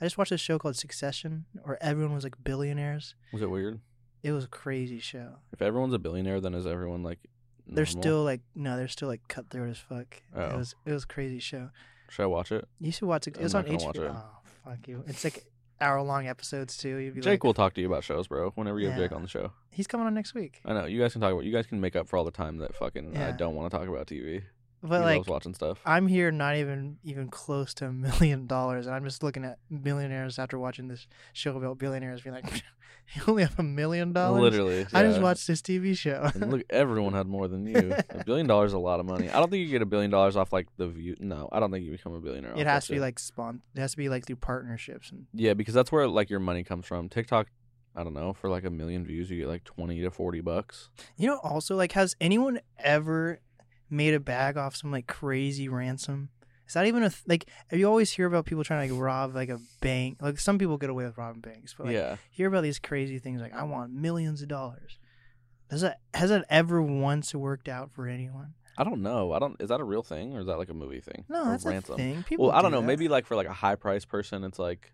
B: I just watched this show called Succession, where everyone was like billionaires.
C: Was it weird?
B: It was a crazy show.
C: If everyone's a billionaire, then is everyone like?
B: They're
C: normal?
B: still like no, they're still like cutthroat as fuck. It
C: Oh.
B: was it was a crazy show.
C: Should I watch it?
B: You should watch it. It
C: I'm
B: was on
C: not
B: HBO.
C: gonna watch it.
B: Oh fuck you! It's like hour long episodes too. You'd be
C: Jake
B: like,
C: will talk to you about shows, bro. Whenever you have Jake
B: Yeah.
C: on the show,
B: he's coming on next week.
C: I know you guys can talk about. You guys can make up for all the time that fucking I
B: Yeah.
C: don't want to talk about TV.
B: But
C: he
B: like,
C: loves watching stuff.
B: I'm here, not even even close to a million dollars, and I'm just looking at millionaires after watching this show about billionaires, being like, you only have a million dollars.
C: Literally,
B: I just
C: yeah.
B: watched this TV show.
C: And look, everyone had more than you. A billion dollars is a lot of money. I don't think you get a billion dollars off like the view. No, I don't think you become a billionaire. off
B: it
C: that
B: has to be
C: shit.
B: like spawn. It has to be like through partnerships and
C: yeah, because that's where like your money comes from. TikTok, I don't know, for like a million views, you get like twenty to forty bucks.
B: You know, also like, has anyone ever made a bag off some like crazy ransom? Is that even a th- like? You always hear about people trying to like rob like a bank. Like some people get away with robbing banks, but like,
C: yeah,
B: hear about these crazy things like I want millions of dollars. Does that has that ever once worked out for anyone?
C: I don't know. I don't. Is that a real thing or is that like a movie thing?
B: No,
C: Or
B: that's a thing. People.
C: Well, I
B: do
C: don't know.
B: that.
C: Maybe like for like a high price person, it's like,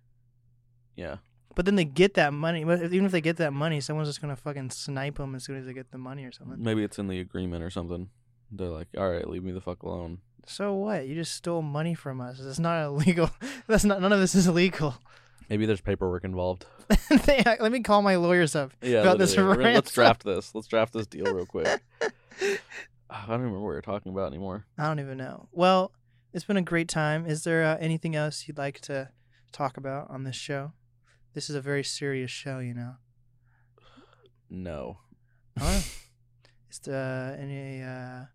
C: yeah,
B: But then they get that money. But even if they get that money, someone's just gonna fucking snipe them as soon as they get the money or something.
C: maybe it's in the agreement or something. They're like, all right, leave me the fuck alone.
B: So what? You just stole money from us. It's not illegal. That's not. None of this is illegal.
C: Maybe there's paperwork involved.
B: They- let me call my lawyers up.
C: Yeah,
B: About this
C: literally. We're gonna- let's
B: ransom.
C: draft this. Let's draft this deal real quick. Ah, I don't remember what we were talking about anymore.
B: I don't even know. Well, it's been a great time. Is there uh, anything else you'd like to talk about on this show? This is a very serious show, you know.
C: No. Oh,
B: Huh? Is there uh, any uh,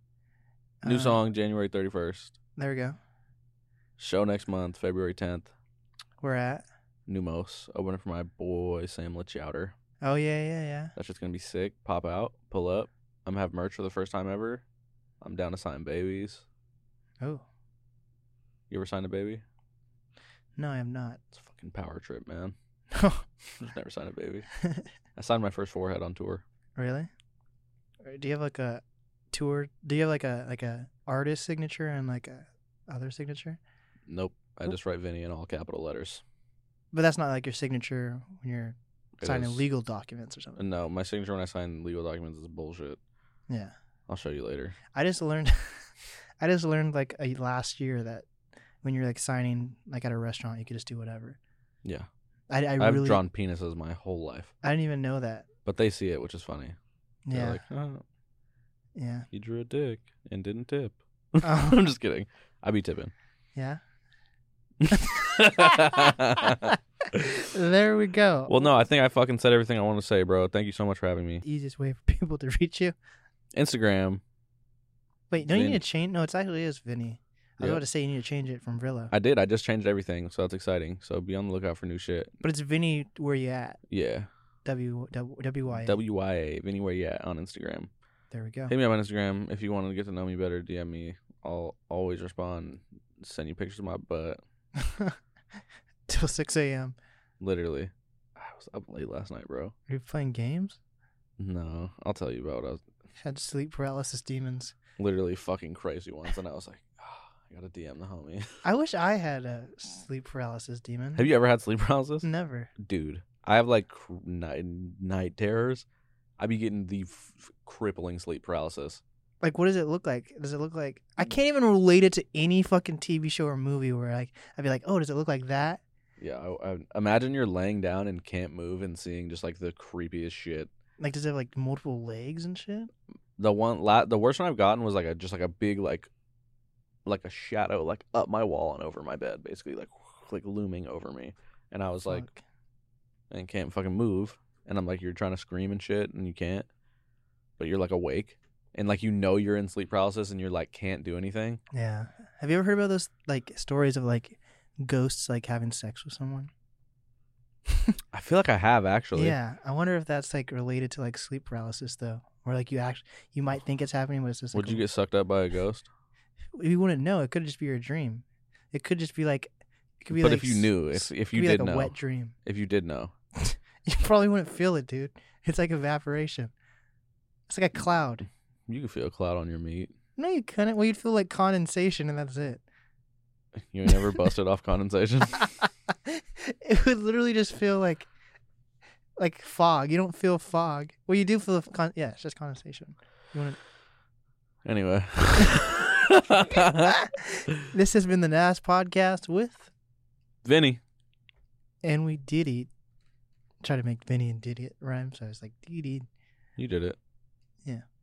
C: New
B: uh,
C: song January 31st.
B: There we go.
C: Show next month, February 10th.
B: We're at.
C: Numos opening for my boy Sam Lichowder.
B: Oh yeah, yeah, yeah.
C: That's just gonna be sick. Pop out, pull up. I'm gonna have merch for the first time ever. I'm down to sign babies.
B: Oh
C: You ever signed a baby?
B: no, I am not.
C: It's a fucking power trip, man.
B: No,
C: Just never signed a baby. I signed my first forehead on tour.
B: really. Or Do you have like a tour? Do you have like a like a artist signature and like a other signature?
C: Nope. I just write Vinny in all capital letters.
B: But that's not like your signature when you're
C: It
B: signing
C: is-
B: legal documents or something.
C: No, my signature when I sign legal documents is bullshit.
B: Yeah.
C: I'll show you later.
B: I just learned I just learned like a, last year that when you're like signing like at a restaurant you could just do whatever.
C: Yeah.
B: I, I
C: I've
B: really
C: drawn penises my whole life,
B: I didn't even know that.
C: but they see it, which is funny.
B: Yeah.
C: They're like, oh,
B: yeah.
C: you drew a dick and didn't tip.
B: Oh,
C: I'm just kidding. I be tipping.
B: yeah. there we go.
C: well, no, I think I fucking said everything I want to say, bro. Thank you so much for having me.
B: The easiest way for people to reach you.
C: Instagram.
B: Wait, don't you
C: Vin-
B: need to change no, it's actually is Vinny. I was
C: Yeah.
B: about to say you need to change it from Vrillo.
C: I did. I just changed everything, so that's exciting. So be on the lookout for new shit.
B: but it's Vinny where you at.
C: Yeah.
B: W W W Y. Oh.
C: WYA, if anywhere you at on Instagram.
B: There we go.
C: Hit me up on Instagram if you want to get to know me better. DM me. I'll always respond. Send you pictures of my butt.
B: Till six AM.
C: Literally. I was up late last night, bro.
B: Are you playing games?
C: No, I'll tell you about. It. I was
B: Had sleep paralysis demons.
C: literally fucking crazy once, and I was like, "Ah, I gotta DM the homie.
B: I wish I had a sleep paralysis demon.
C: Have you ever had sleep paralysis,
B: Never.
C: dude? I have like cr- night night terrors. I be getting the f- crippling sleep paralysis.
B: Like, what does it look like? Does it look like I can't even relate it to any fucking TV show or movie where like I'd be like, oh, does it look like that?
C: Yeah, I, I, imagine you're laying down and can't move and seeing just like the creepiest shit.
B: Like, does it have like multiple legs and shit?
C: The one, la- the worst one I've gotten was like a just like a big like, like a shadow like up my wall and over my bed, basically like like looming over me, and I was like.
B: Fuck.
C: and can't fucking move. And I'm like, you're trying to scream and shit, and you can't. But you're like awake, and like you know you're in sleep paralysis, and you're like can't do anything.
B: yeah. Have you ever heard about those like stories of like ghosts like having sex with someone?
C: I feel like I have actually.
B: Yeah. I wonder if that's like related to like sleep paralysis though, where like you act you might think it's happening, but it's just like
C: Would you
B: a-
C: get sucked up by a ghost?
B: you wouldn't know. It could just be your dream. It could just be like it could be
C: But
B: like
C: if you
B: s-
C: knew, if-
B: s-
C: if
B: could
C: you
B: be
C: did
B: like
C: know.
B: a wet dream.
C: If you did know,
B: You probably wouldn't feel it, dude. It's like evaporation. It's like a cloud.
C: you could feel a cloud on your meat.
B: No, you couldn't. Well, you'd feel like condensation, and that's it.
C: You ain't never busted off condensation.
B: it would literally just feel like like fog. You don't feel fog. Well, you do feel con- yeah, it's just condensation. You want
C: Anyway.
B: to This has been the NAS podcast with
C: Vinny.
B: and we did eat. Try to make Vinny and Diddy rhyme, so I was like Diddy.
C: You did it.
B: Yeah.